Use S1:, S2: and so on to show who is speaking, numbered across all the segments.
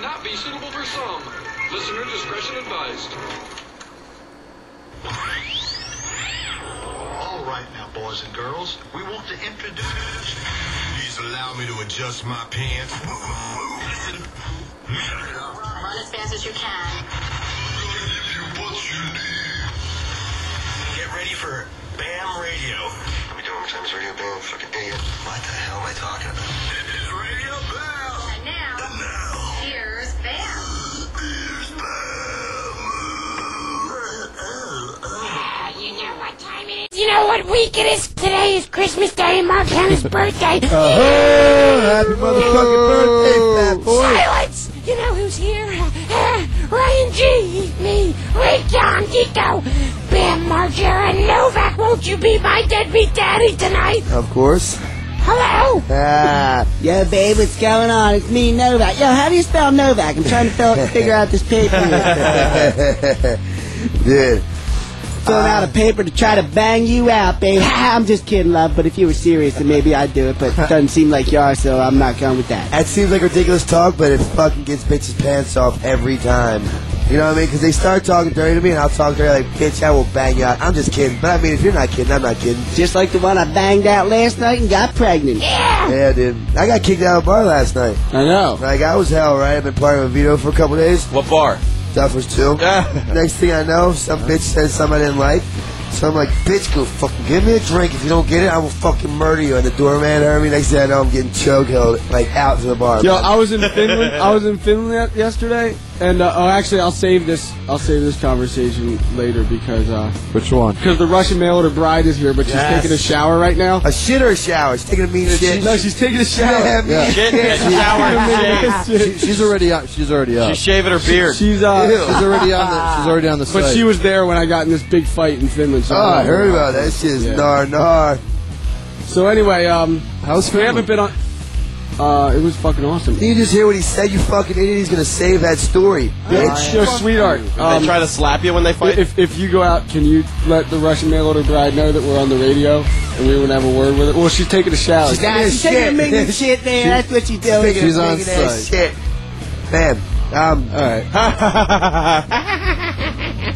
S1: not be suitable for some. Listener discretion advised.
S2: All right now, boys and girls, we want to introduce. Please allow me to adjust my pants. Listen.
S3: Run as fast as you can.
S2: What you need. Get ready for BAM Radio. What are we doing? Times Radio BAM, fucking idiot. What the hell am I talking about? It is Radio BAM.
S3: And now,
S2: Now,
S3: here's Bam.
S2: here's BAM.
S4: Uh, You know what time it is. You know what week it is. Today is Christmas Day and Mark Hamill's birthday.
S5: Uh-huh. Happy motherfucking birthday, fat boy.
S4: Silence! You know who's here? Uh, Ryan G, me, Ray John, Dico, Bam Margera, and Novak. Won't you be my deadbeat daddy tonight?
S5: Of course.
S4: Hello?
S6: Ah, yo, babe, what's going on? It's me, Novak. Yo, how do you spell Novak? I'm trying to fill, figure out this paper.
S5: Dude.
S6: Filling out a paper to try to bang you out, babe. I'm just kidding, love. But if you were serious, then maybe I'd do it. But it doesn't seem like you are, so I'm not going with that.
S5: That seems like ridiculous talk, but it fucking gets bitches' pants off every time. You know what I mean? Because they start talking dirty to me, and I'll talk dirty like, bitch, I will bang you out. I'm just kidding. But I mean, if you're not kidding, I'm not kidding.
S6: Just like the one I banged out last night and got pregnant.
S5: Yeah, dude. I got kicked out of a bar last night.
S6: I know.
S5: Like, I was hell, right? I've been partying with Vito for a couple days.
S7: What bar?
S5: That was two. Next thing I know, some bitch said something I didn't like. So I'm like, bitch, go fucking give me a drink. If you don't get it, I will fucking murder you. And the doorman heard me. Next thing I know, I'm getting chokehold, like out to the bar.
S8: Yo,
S5: man.
S8: I was in Finland. I was in Finland y- yesterday, and uh, oh, actually, I'll save this. I'll save this conversation later because uh,
S7: Which one?
S8: because the Russian mail order bride is here, but she's
S5: Yes.
S8: taking a shower right now.
S5: a shit or a shower. She's taking a mean shit.
S8: No, she's taking a
S5: Yeah,
S8: shower.
S5: mean shit.
S7: she's already out. She's already out.
S9: She's shaving her beard.
S8: She's uh,
S7: She's already on the. She's already on the.
S8: but
S7: site.
S8: she was there when I got in this big fight in Finland. So
S5: Oh, I heard about that. Shit is gnar gnar.
S8: So anyway, um,
S7: How's
S8: we haven't
S7: Finland?
S8: been on. Uh, it was fucking awesome.
S5: Did you just hear what he said? You fucking idiot. He's gonna save that story, bitch.
S8: Yo, sweetheart.
S9: they
S8: Um,
S9: try to slap you when they fight.
S8: If, if you go out, can you let the Russian mail order bride know that we're on the radio and we would have a word with her? Well, she's taking a shower.
S5: She's
S6: Nah,
S5: taking a
S6: she's taking a
S5: shit.
S6: mingling shit, man. That's what she's doing.
S5: Taking a
S7: She's on
S5: big ass
S7: site.
S5: shit. Man, um,
S7: All right.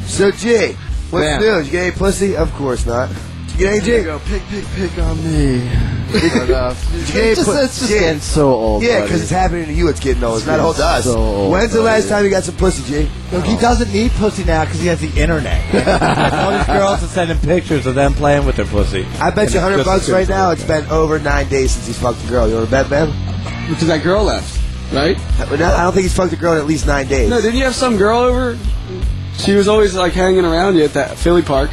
S5: So, Jay, what's
S7: Ma'am.
S5: new? Did you get any pussy? Of course not. Did you get any dick?
S7: Go pick, pick, pick on me.
S5: Did you get any
S7: Just-
S5: pu-
S7: that's just
S5: Yeah.
S7: getting so old.
S5: Yeah,
S7: buddy.
S5: because it's happening to you. It's getting old. It's not
S7: It's
S5: old to us.
S7: so old,
S5: When's the last
S7: buddy.
S5: time you got some pussy, Jay?
S10: Look, he doesn't need pussy now because he has the internet. All these girls are sending pictures of them playing with their pussy.
S5: I bet you
S10: And
S5: hundred
S10: it's
S5: bucks
S10: just-
S5: right now. It's been over nine days since he's fucked a girl. You want to bet, man?
S8: because that girl left, right?
S5: No, I don't think he's fucked a girl in at least nine days.
S8: No, didn't you have some girl over? She was always like hanging around you at that Philly Park.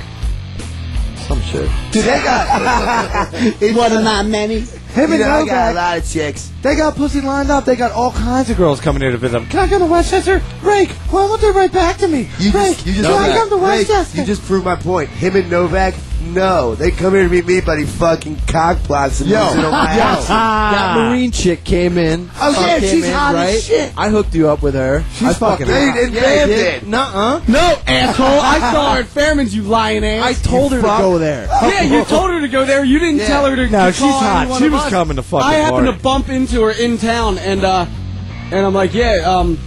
S7: some shit.
S5: Dude, they got
S6: One of my many.
S10: Him
S5: you
S10: and
S5: know, I got a
S10: Novak,
S5: lot of chicks.
S10: they got pussy lined up. They got all kinds of girls coming here to visit them. Can I come to Westchester? Rake, why won't they write back to me?
S5: You
S10: Rake,
S5: just, you just,
S10: can I
S5: Novak,
S10: come to
S5: Rick,
S10: Westchester?
S5: you just proved my point. Him and Novak, no, they come here to meet me, but he fucking cock blocks and moves it on my ass.
S8: Ah.
S7: That marine chick came in.
S10: Oh, yeah,
S7: came
S10: she's
S7: in,
S10: hot as
S7: right?
S10: shit.
S7: I hooked you up with her.
S10: She's
S7: I fucking.
S10: fucking
S5: Dude, and Bam did.
S10: Nuh-uh.
S8: No, asshole! I saw her at Fairman's, you lying
S7: I
S8: ass.
S7: told her to
S10: fuck.
S7: go there.
S8: yeah, you told her to go there. You didn't tell her to.
S10: No,
S8: to
S10: she's
S8: call
S10: hot.
S8: any one
S10: She
S8: of
S10: was
S8: us.
S10: coming to fucking
S8: I happened
S10: party.
S8: to bump into her in town, and uh, and I'm like, yeah, um,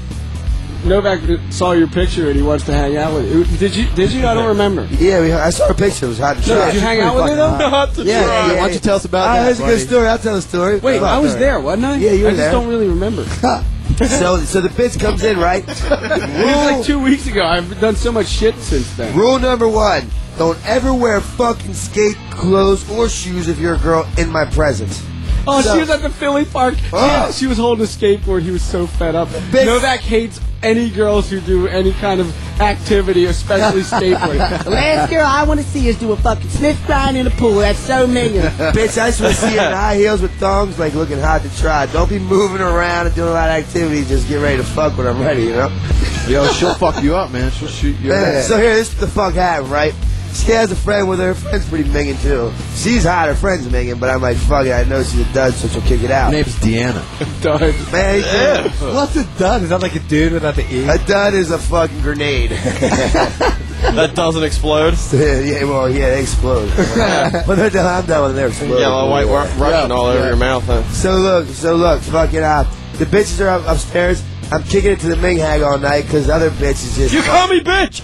S8: Novak saw your picture and he wants to hang out with you. Did you? Did you? I don't remember.
S5: Yeah, we, I saw her picture. It was hot. as
S8: No,
S5: shit.
S8: did you hang out with her though?
S5: Yeah, yeah, yeah.
S7: Why don't you tell us about
S5: Ah,
S7: that?
S5: that's a
S7: buddy?
S5: good story. I'll tell a story.
S8: Wait,
S5: Fuck,
S8: I was
S5: all
S8: there, wasn't I?
S5: Yeah, you were
S8: I just
S5: there.
S8: don't really remember. it
S5: right. so, so the bitch comes in, right?
S8: was like
S5: rule,
S8: two weeks ago. I've done so much shit since then.
S5: rule number one: Don't ever wear fucking skate clothes or shoes if you're a girl in my presence.
S8: Oh,
S5: So-
S8: she was at the Philly Park. She-
S5: Oh.
S8: She, was holding a skateboard. He was so fed up.
S5: Big-
S8: Novak hates any girls who do any kind of activity, especially skateboarding.
S6: The last girl I want to see is do a fucking sniff grind in the pool. That's so mean.
S5: bitch, I just want to see her in high heels with thongs, like looking hot to try. Don't be moving around and doing a lot of activities. Just get ready to fuck when I'm ready, you know?
S7: Yo, she'll fuck you up, man. She'll shoot you.
S5: Yeah, So here, this is the fuck happened, right? She has a friend with her. Her friend's pretty minging too. She's hot. Her friend's minging, but I'm like, fuck it. I know she's a dud, so she'll kick it out.
S7: name's Deanna.
S8: Done.
S5: Man, you can't-
S10: What's a dud? Is that like a dude without the E?
S5: A dud is a fucking grenade.
S9: that doesn't explode.
S5: yeah, well, yeah, they explode. but they're done, I'm done with them. They're exploding.
S9: Yeah, well, white Ru- Russian all over your mouth. Huh?
S5: So look, so look, fucking uh, the bitches are up upstairs. I'm kicking it to the Ming Hag all night because the other bitch is just.
S2: You call
S5: me
S2: bitch!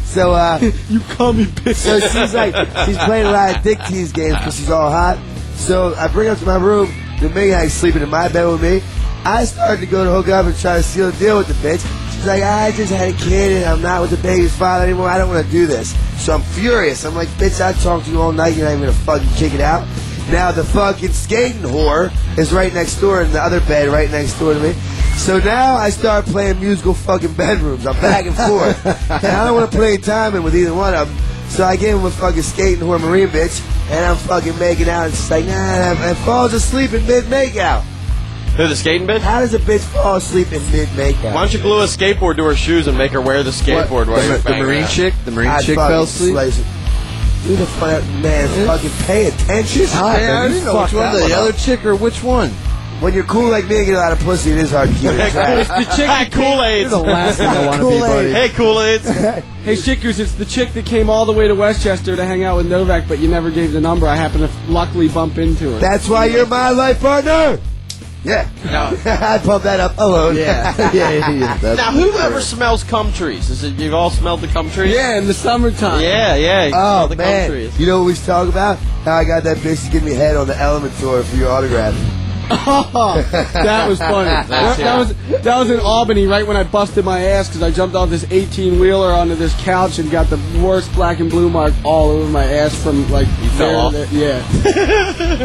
S5: so uh, you call me bitch. So she's like, she's playing a lot of dick tease games because she's all hot. So I bring her up to my room. The main guy's sleeping in my bed with me. I started to go to hook up and try to seal a deal with the bitch. She's like, I just had a kid and I'm not with the baby's father anymore. I don't want to do this. So I'm furious. I'm like, bitch, I talked to you all night. You're not even gonna fucking kick it out. Now the fucking skating whore is right next door in the other bed, right next door to me. So now I start playing musical fucking bedrooms. I'm back and forth. and I don't want to play time in with either one of them. So I gave him a fucking skating whore marine bitch, and I'm fucking making out. And she's like, nah, and I, I falls asleep in mid makeout.
S9: Who, the skating bitch?
S5: How does a bitch fall asleep in mid makeout?
S9: Why don't you glue a skateboard to her shoes and make her wear the skateboard while
S5: The-
S9: you're
S5: the
S9: banging
S5: marine
S9: her?
S5: chick? The marine I'd chick fell fucking asleep? slice it. Who the fuck, man, fucking pay attention.
S7: She's hot, man. You know which one's the other
S5: chick or which one? When you're cool like me and get a lot of pussy, it is hard to keep it.
S8: It's the chick that came-
S9: Kool-Aids.
S8: You're the last thing I wanna be, buddy.
S9: Hey, Kool-Aids.
S8: Hey, Chickers, it's the chick that came all the way to Westchester to hang out with Novak, but you never gave the number. I happened to luckily bump into her.
S5: That's why you're my life partner. Yeah. I pumped that up alone.
S9: Yeah. now, whoever smells cum trees? Is it, you've all smelled the cum trees?
S8: Yeah, in the summertime.
S9: Yeah, yeah. you smell
S5: Oh
S9: the
S5: man,
S9: Cum trees.
S5: you know what we was talking about? How I got that bitch to give me head on the Element tour for your autograph.
S8: Oh, that was funny.
S5: That's-
S8: that, that was that was in Albany, right when I busted my ass because I jumped off this 18 wheeler onto this couch and got the worst black and blue mark all over my ass from like you
S5: fell off?
S8: yeah.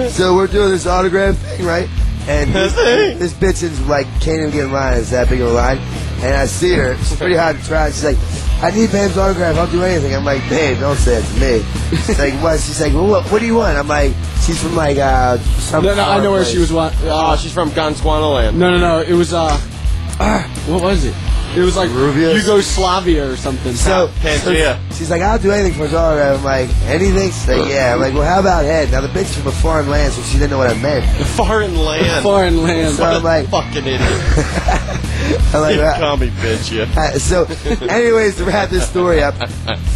S5: so we're doing this autograph thing, right? And this, this bitch is like can't even get in line. It's that big of a line. And I see her. She's pretty hot to try. She's like, I need babe's autograph. I'll do anything. I'm like, babe, don't say it to me. She's like, what? She's like, well, what, what do you want? I'm like, she's from like uh, some.
S8: No, no, I
S5: foreign
S8: know where
S5: place.
S8: she was. Wa- uh,
S9: Oh, she's from Gonzguanaland.
S8: No, no, no. It was uh, ah, what was it? It was like Yugoslavia or something.
S5: So, so she's like, I'll do anything for his autograph. I'm like, anything? She's like, yeah. I'm like, well, how about head? Now, the bitch from a foreign land, so she didn't know what I meant.
S9: Foreign land.
S5: Foreign land.
S9: What a
S5: I'm like-
S9: fucking idiot.
S5: I'm like,
S9: you
S5: "Well,
S9: call me bitch, yeah.
S5: Uh, so, anyways, to wrap this story up,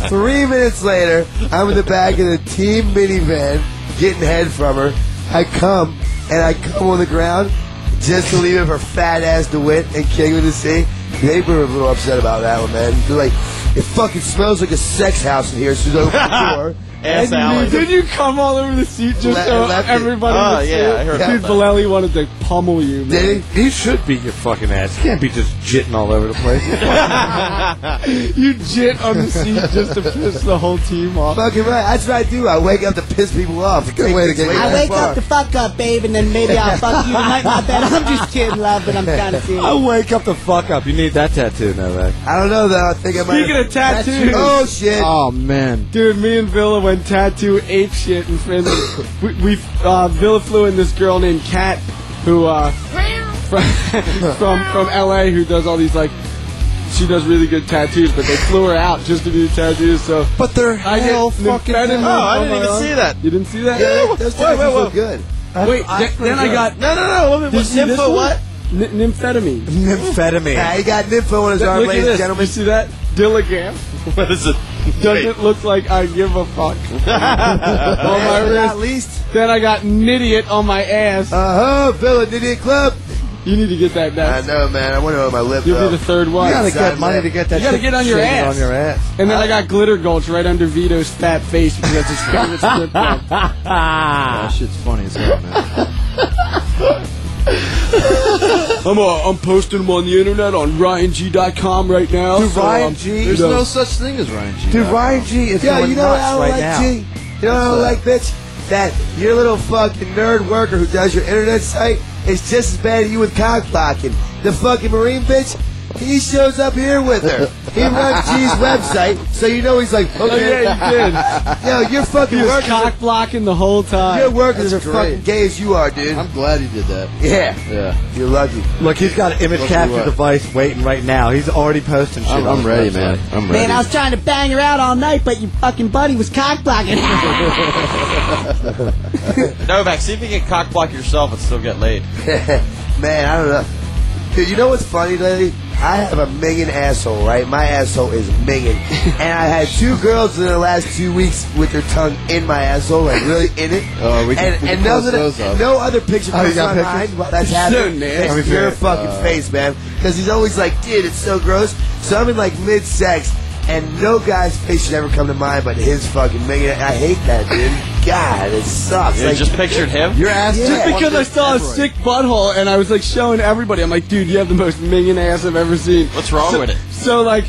S5: three minutes later, I'm in the back of the team minivan getting head from her. I come and I come on the ground just to leave it for fat ass DeWitt and King of the Sea. They were a little upset about that one, man. They're like, it fucking smells like a sex house in here. She's opened the door.
S8: And you- Did you come all over the seat just
S5: Le-
S8: so
S5: left it.
S8: everybody?
S5: Oh,
S8: would see
S5: yeah,
S8: it?
S5: I heard
S8: Dude,
S5: about
S8: Bellelli wanted to pummel you. Man.
S5: Did
S10: He should beat your fucking ass. He can't be just jitting all over the place.
S8: you jit on the seat just to piss the whole team off.
S5: Fucking right. That's what I do. I wake up to piss people off. Good way to get
S6: I wake up to fuck up, babe, and then maybe I'll fuck you tonight. My bad. I'm just kidding, love, but I'm kind of serious.
S10: I wake up the fuck up. You need that tattoo, Novak.
S5: I don't know though. I think I might.
S8: Speaking of tattoos,
S5: Oh shit.
S10: Oh man,
S8: Dude, me and Villa went tattoo ape shit in Finland. we, we uh, Villa flew in this girl named Kat, who uh, from, from from LA, who does all these like, she does really good tattoos. But they flew her out just to do tattoos. So,
S10: but they're
S8: hell
S10: fucking
S9: Oh, I didn't even see that.
S8: You didn't see that?
S9: Yeah, those Whoa, tattoos whoa, whoa. look
S5: good.
S8: Wait, th- then I got
S9: No, no, no. What,
S8: Did you
S9: what,
S8: see this
S9: nympho
S8: one?
S9: what?
S8: N- nymphetamine.
S5: Yeah,
S10: amphetamine.
S5: he got nympho on his arm,
S8: Look at
S5: ladies
S8: this.
S5: and gentlemen.
S8: You see that? Dilligan.
S9: What is it?
S8: Doesn't look like I give a fuck. on
S5: Last
S8: my
S5: but
S8: wrist.
S5: not least,
S8: Then I got nidiot on my ass.
S5: uh huh, Villa Idiot Club.
S8: You need to get that
S5: I
S8: down.
S5: know, man. I want to on my lip.
S8: You'll
S5: though.
S8: be the third one.
S5: You gotta get money to
S10: get that.
S8: You gotta get on your
S10: shit
S8: ass.
S10: On your ass.
S8: And then I got glitter gulch right under Vito's fat face because that's his favorite strip club.
S10: Ah, That shit's funny as hell, man.
S8: I'm, uh, I'm posting them on the internet on RyanG.com right now.
S5: Dude,
S8: so,
S5: Ryan
S8: um,
S5: G-
S8: you
S5: There's
S8: know,
S5: no
S10: such thing as Ryan G.
S5: Dude, Ryan G is
S10: Yeah,
S5: going
S10: you know
S5: nuts
S10: I don't
S5: right
S10: like
S5: now.
S10: G.
S5: You know what I
S10: That's,
S5: don't
S10: uh,
S5: like, bitch? That your little fucking nerd worker who does your internet site is just as bad as you with cock blocking. The fucking Marine bitch, he shows up here with her. He runs G's website, so you know he's like, okay.
S8: Oh, yeah, you did.
S5: Yo, your fucking
S8: He was
S5: workers,
S8: cock blocking the whole
S5: are, your
S8: time.
S5: workers are
S7: That's
S5: fucking
S7: great.
S5: gay as you are, dude.
S7: I'm glad he did that.
S5: yeah.
S7: Yeah.
S5: You're lucky.
S10: Look, he's got an image
S7: Look,
S10: capture
S7: what?
S10: device waiting right now. He's already posting shit.
S7: I'm,
S10: on
S7: I'm
S10: his
S7: ready,
S10: website.
S7: man. I'm ready.
S6: Man, I was trying to bang her out all night, but your fucking buddy was cock blocking.
S9: Novak, see if you can cock block yourself and still get laid.
S5: Man, I don't know. Dude, you know what's funny, lady? I have a minging asshole, right? My asshole is minging. and I had two girls in the last two weeks with their tongue in my asshole, like really in it.
S7: Oh, we can-
S5: and
S7: we can post
S5: and none of the-
S7: those up.
S5: no other picture
S7: Oh, you
S5: comes
S7: got
S5: to my mind
S7: pictures?
S5: while that's
S7: So
S5: happening.
S7: nasty.
S5: It's
S7: Let me
S5: your
S7: see it.
S5: fucking
S7: Uh,
S5: face, man. Because he's always like, dude, it's so gross. So I'm in like mid sex, and no guy's face should ever come to mind but his fucking minging. I hate that, dude. God, it sucks.
S9: You
S5: like,
S9: just pictured him?
S5: Your ass
S8: Just because I saw a sick butthole and I was like showing everybody, I'm like, dude, you have the most minging ass I've ever seen.
S9: What's wrong
S8: So-
S9: with it?
S8: So like,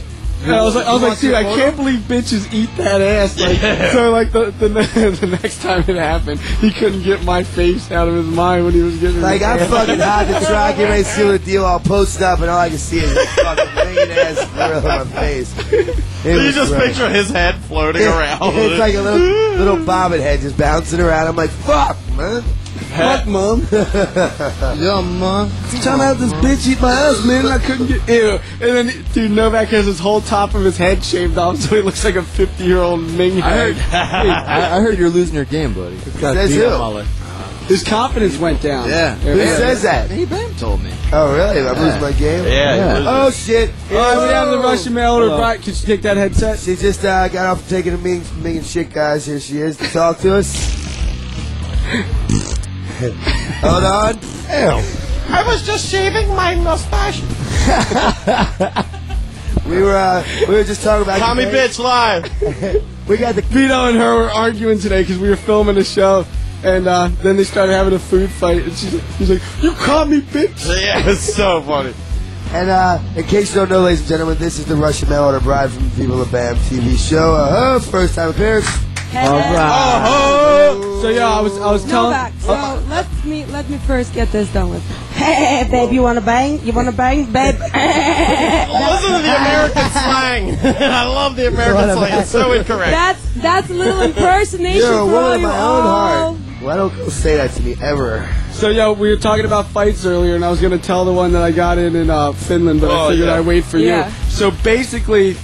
S8: and I was like, I was like, dude, I can't believe bitches eat that ass. Like,
S9: Yeah.
S8: So like the, the ne- the next time it happened, he couldn't get my face out of his mind when he was getting
S5: Like
S8: his
S5: I'm
S8: ass.
S5: fucking hot to try, get ready to seal the deal. I'll post it up, and all I can see is this fucking banging ass grill on my face. It
S9: you
S5: was
S9: just
S5: gross.
S9: picture his head floating
S5: It-
S9: around.
S5: It's like a little little bobbin head just bouncing around. I'm like, fuck, man.
S8: Fuck, mom.
S7: Yeah, man.
S8: Trying to have this bitch eat my ass, man. I couldn't get ew. And then, dude, Novak has his whole top of his head shaved off, so he looks like a 50 year old Ming head.
S7: I, I heard you're losing your game, buddy.
S5: Says who?
S8: His confidence went down.
S7: Yeah.
S5: Who
S8: Yeah.
S5: says that?
S7: Hey, Bam told me.
S5: Oh, really? Am I losing my game?
S9: yeah.
S7: Yeah.
S9: you lose
S5: Oh shit!
S8: All right, we have the
S5: Oh.
S8: Russian mail order.
S5: Hello.
S8: Brian, could you take that headset?
S5: She just uh, got off taking a meeting, meeting shit, guys. Here she is to talk to us. Hold on.
S9: I was just shaving my mustache.
S5: We were uh, we were just talking about
S9: Tommy Bitch live.
S5: We got the
S8: Vito and her were arguing today because we were filming a show, and uh, then they started having a food fight. And she's, she's like, "You call me bitch."
S9: yeah, it's so funny.
S5: And uh, in case you don't know, ladies and gentlemen, this is the Russian Mail Order Bride from Viva La Bam TV show. Uh, her first time appearance.
S11: All
S9: Uh-huh.
S11: right.
S8: Oh, so yeah, I was I was telling.
S11: Novak, so let me let me first get this done with. Hey, babe, you wanna bang? You wanna bang, babe?
S9: Listen to the American slang. I love the American slang. It's so incorrect.
S11: that's that's a little impersonation
S5: You're a
S11: for all
S5: woman of
S11: you
S5: my own
S11: all.
S5: heart. Why don't you say that to me ever?
S8: So yeah, we were talking about fights earlier, and I was gonna tell the one that I got in in uh, Finland, but
S9: Oh,
S8: I figured
S9: yeah.
S8: I'd wait for
S11: Yeah.
S8: you. So basically,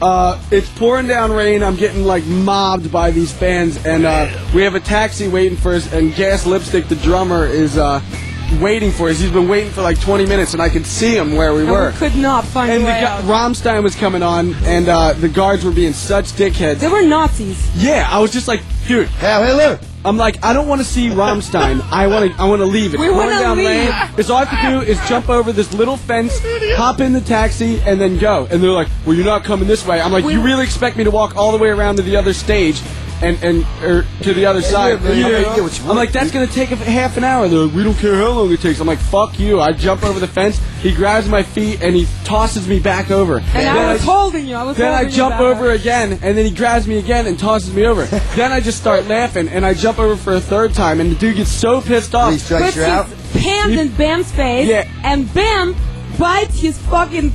S8: uh, it's pouring down rain. I'm getting like mobbed by these fans, and uh, we have a taxi waiting for us. And Gas Lipstick, the drummer, is uh, waiting for us. He's been waiting for like 20 minutes, and I could see him where we
S11: And
S8: were.
S11: we could not find
S8: and
S11: a
S8: the
S11: way
S8: guy,
S11: out.
S8: Rammstein was coming on, and uh, the guards were being such dickheads.
S11: They were Nazis.
S8: Yeah, I was just like, dude,
S5: Hell, Hitler!
S8: I'm like, I don't want to see Rammstein. I want to, I want to leave it.
S11: We
S8: It's
S11: wanna
S8: going down
S11: leave.
S8: lane. It's all I have to do is jump over this little fence, hop in the taxi, and then go. And they're like, "Well, you're not coming this way." I'm like, "You really expect me to walk all the way around to the other stage?" And, and or to the other side.
S5: man, you gotta get what you
S8: I'm like, that's gonna take a, half an hour. They're like, we don't care how long it takes. I'm like, fuck you. I jump over the fence. He grabs my feet and he tosses me back over.
S11: And
S8: Then
S11: I was holding you. I was
S8: then I
S11: holding you
S8: jump
S11: back.
S8: over again, and then he grabs me again and tosses me over. then I just start laughing, and I jump over for a third time, and the dude gets so pissed off.
S5: He strikes
S11: Puts
S5: you out.
S11: his hand in Bam's face,
S8: Yeah.
S11: and Bam bites his fucking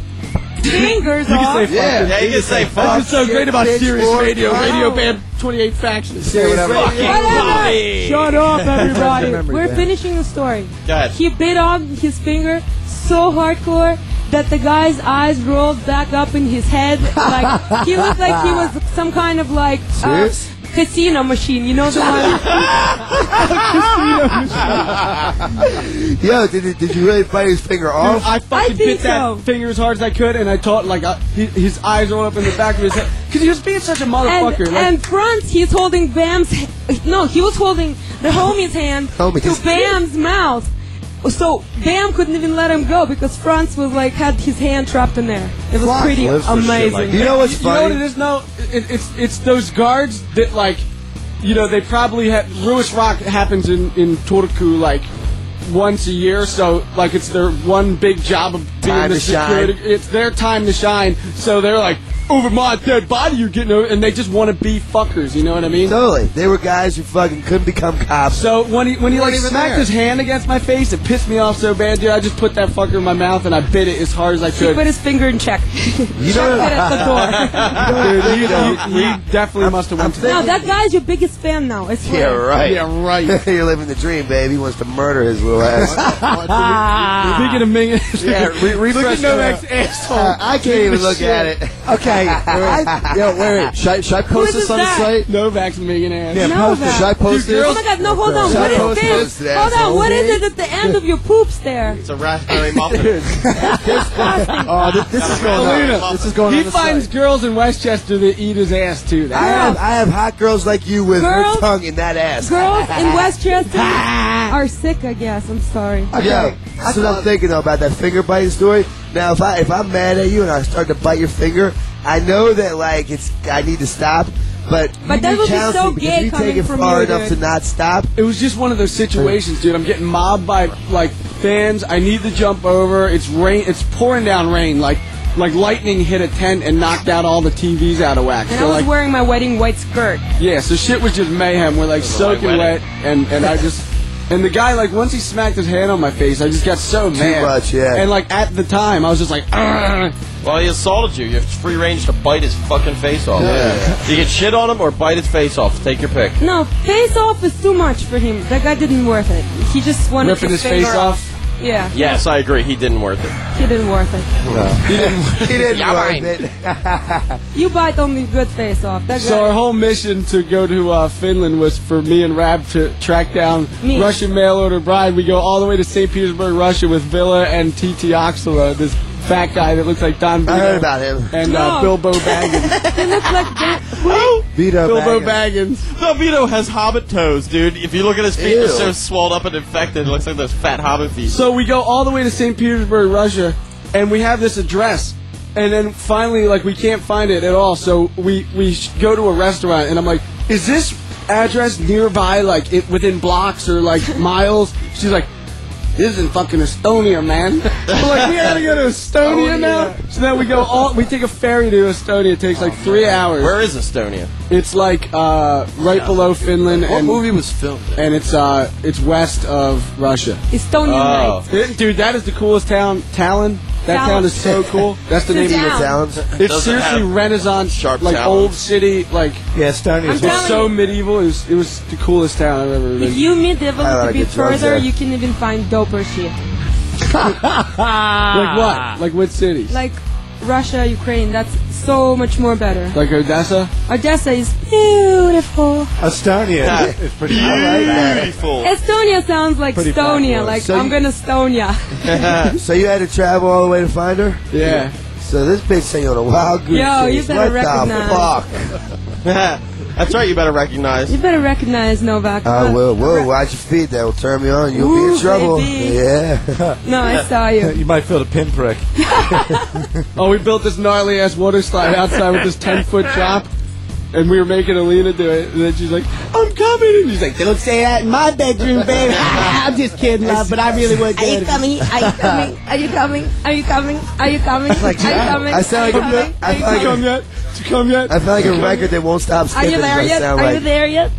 S11: fingers
S8: You
S11: off.
S8: can say
S5: Yeah.
S8: fucking.
S9: Yeah, you can say fuck.
S8: That's what's so great about
S5: bitch,
S8: Sirius
S5: boy.
S8: Radio.
S5: Wow.
S8: Radio Band 28 Factions.
S5: Say whatever.
S11: Whatever.
S9: Fucking
S11: Shut up, everybody.
S5: Memory
S11: We're
S5: band.
S11: finishing the story.
S9: Go ahead.
S11: He bit on his finger so hardcore that the guy's eyes rolled back up in his head. Like he looked like he was some kind of like uh,
S5: Serious?
S11: casino machine. You know the one.
S5: Yo, did, it- did you really bite his finger
S8: Dude,
S5: off?
S8: I fucking
S11: I think
S8: bit that
S11: so.
S8: finger as hard as I could, and I taught like I, he, his eyes rolled up in the back of his head because he was being such a
S11: And,
S8: motherfucker. like,
S11: and Franz, he's holding Bam's. h- No, he was holding the homie's hand
S5: Homie.
S11: to Bam's mouth. So Bam couldn't even let him go because Franz was like had his hand trapped in there. It was pretty amazing.
S5: you know what's
S8: You know what
S5: funny?
S8: it is now? It, it's it's those guards that like, you know, they probably had Lewis Rock happens in in Turku like once a year, so like it's their one big job of being
S5: Time
S8: the
S5: to
S8: security.
S5: shine.
S8: It's their time to shine. So they're like, over my dead body, you're getting over, and they just want to be fuckers. You know what I mean?
S5: Totally. They were guys who fucking couldn't become cops.
S8: So when he when he
S7: You weren't
S8: like
S7: even
S8: smacked
S7: there.
S8: his hand against my face, it pissed me off so bad, dude. I just put that fucker in my mouth and I bit it as hard as I
S11: He
S8: could.
S11: put his finger in check.
S5: you know
S11: Right at the door.
S8: Dude, he, he- he definitely must have went to
S11: No, that guy's your biggest fan now. I
S5: Yeah,
S11: swear.
S5: right.
S8: Yeah, right.
S5: You're living the dream, babe. He wants to murder his little ass.
S7: Ah.
S8: Speaking of Ming,
S5: Yeah, re-
S8: look
S5: refresh
S8: at
S5: that.
S8: Novak's asshole.
S5: I can't even look at it.
S10: Okay,
S7: Okay, wait, wait. Yo, wait, wait. Should I, should I post
S11: Who is
S7: this on
S11: that?
S7: the site?
S8: Novak's making ass.
S7: Yeah, post it. Should I post
S11: Dude,
S7: this?
S11: Oh my god, no, hold on.
S7: Should I
S11: What
S7: post
S11: is
S7: this?
S11: this? Hold on, what is it at the end of your poops there?
S9: It's a raspberry muffin.
S7: Oh, this, this is going
S8: Alina,
S7: on.
S9: Oh,
S7: This is going
S8: he
S7: on the
S8: finds
S7: site.
S8: girls in Westchester that eat his ass too.
S5: I have I have hot girls like you with
S11: Girls-
S5: her tongue in that ass.
S11: Girls in Westchester are sick, I guess. I'm sorry.
S5: Okay. Yeah, that's what I'm thinking though, about that finger biting story. Now, if I if I'm mad at you and I start to bite your finger, I know that like it's I need to stop. But
S11: But
S5: you
S11: that
S5: need
S11: would be so
S5: counseling because
S11: gay
S5: if you take
S11: coming
S5: it
S11: from
S5: far
S11: you,
S5: enough
S11: dude.
S5: to not stop.
S8: It was just one of those situations, dude. I'm getting mobbed by like fans. I need to jump over. It's rain. It's pouring down rain. Like like lightning hit a tent and knocked out all the TVs out of whack.
S11: And I
S8: so
S11: was
S8: like
S11: wearing my wedding white skirt.
S8: yeah, so shit was just mayhem. We're like soaking
S9: white
S8: wet,
S9: wedding.
S8: and and I just. And the guy, like, once he smacked his hand on my face, I just got so mad.
S5: much, yeah.
S8: And like at the time, I was just like, "Argh."
S9: Well, he assaulted you. You have free range to bite his fucking face off. You can shit on him or bite his face off. Take your pick.
S11: No, face off is too much for him. That guy didn't worth it. He just wanted
S8: ripping his face
S11: finger
S8: off.
S11: Yeah,
S9: Yes, I agree. He didn't worth it.
S11: he didn't worth it.
S5: He didn't worth it.
S11: You bite only good face off. That guy.
S8: So our whole mission to go to uh, Finland was for me and Rab to track down
S11: Me.
S8: Russian mail order bride. We go all the way to St. Petersburg, Russia, with Villa and TT Oxala, this fat guy that looks like Don.
S5: I heard
S8: Vito
S5: about him.
S8: And uh,
S11: No.
S8: Bilbo Baggins.
S11: he looked like that.
S5: Vito
S8: Bilbo
S5: Baggins.
S8: Baggins.
S9: Velveto has hobbit toes, dude. If you look at his feet,
S5: Ew.
S9: they're so swelled up and infected. It looks like those fat hobbit feet.
S8: So we go all the way to St. Petersburg, Russia, and we have this address. And then finally, like, we can't find it at all. So we, we sh- go to a restaurant, and I'm like, is this address nearby, like, it, within blocks or, like, miles? She's like, this is in fucking Estonia, man. We're like, we gotta go to Estonia now? So then we go all, we take a ferry to Estonia. It takes, like, three hours.
S9: Where is Estonia?
S8: It's, like, uh, right below Finland.
S7: What
S8: and,
S7: movie was filmed?
S8: And it's, uh, it's west of Russia.
S11: Estonian
S9: Oh.
S11: night.
S8: It- dude, that is the coolest town. Talon. That
S11: Talon.
S8: town is so cool. That's the name of
S11: Talon.
S8: it.
S5: Sounds.
S8: It's
S9: Doesn't
S8: seriously
S9: have
S8: Renaissance,
S9: sharp
S8: like
S9: talons.
S8: old city, like
S10: Yeah, Stony
S11: I'm
S10: is one.
S11: telling
S8: it's so
S11: you.
S8: medieval. It was, it was the coolest town I've ever
S11: If
S8: been.
S11: you meet the
S5: I
S11: village
S5: like
S11: a bit
S5: it, George,
S11: further,
S5: yeah.
S11: you can even find doper shit.
S8: Like what? Like what cities?
S11: Ah. Like Russia, Ukraine, that's so much more better.
S8: Like Odessa?
S11: Odessa is beautiful.
S10: Estonia is- is pretty.
S9: Beautiful.
S11: Estonia sounds like
S10: Pretty
S11: Estonia,
S10: popular.
S11: like
S5: So
S11: I'm
S5: you-
S11: gonna Estonia.
S5: So you had to travel all the way to find her. Oh,
S8: Yeah.
S5: So this bitch sent you on a wild goose
S11: Yo, you
S5: chase.
S11: better
S5: what
S11: recognize.
S5: the fuck?
S9: That's right. You better recognize.
S11: You better recognize Novak.
S5: I
S11: Uh,
S5: will. Whoa, watch your feet. That will turn me on. You'll be
S11: Ooh,
S5: in trouble.
S11: baby.
S5: Yeah.
S11: No, I saw you.
S10: You might feel the pinprick.
S8: Oh, we built this gnarly ass water slide outside with this ten foot drop. And we were making Alina do it, and then she's like, "I'm coming!" And she's like,
S6: Don't say that in my bedroom, babe. I'm just kidding, love, but I really would. do it.
S11: coming? Are you coming? Are you coming? Are you coming? Are you coming?
S5: like,
S11: Are you
S5: yeah.
S11: coming?
S5: I sound
S11: Are you
S5: like-
S11: coming?
S5: I
S11: Are you
S5: sound like-
S11: coming?
S8: "Come yet? To come yet?"
S5: I feel like a record that won't stop
S11: Are
S5: skipping.
S11: you
S5: is what
S11: there
S5: I
S11: yet?
S5: sound
S11: Are you
S5: uh, like.
S11: there yet?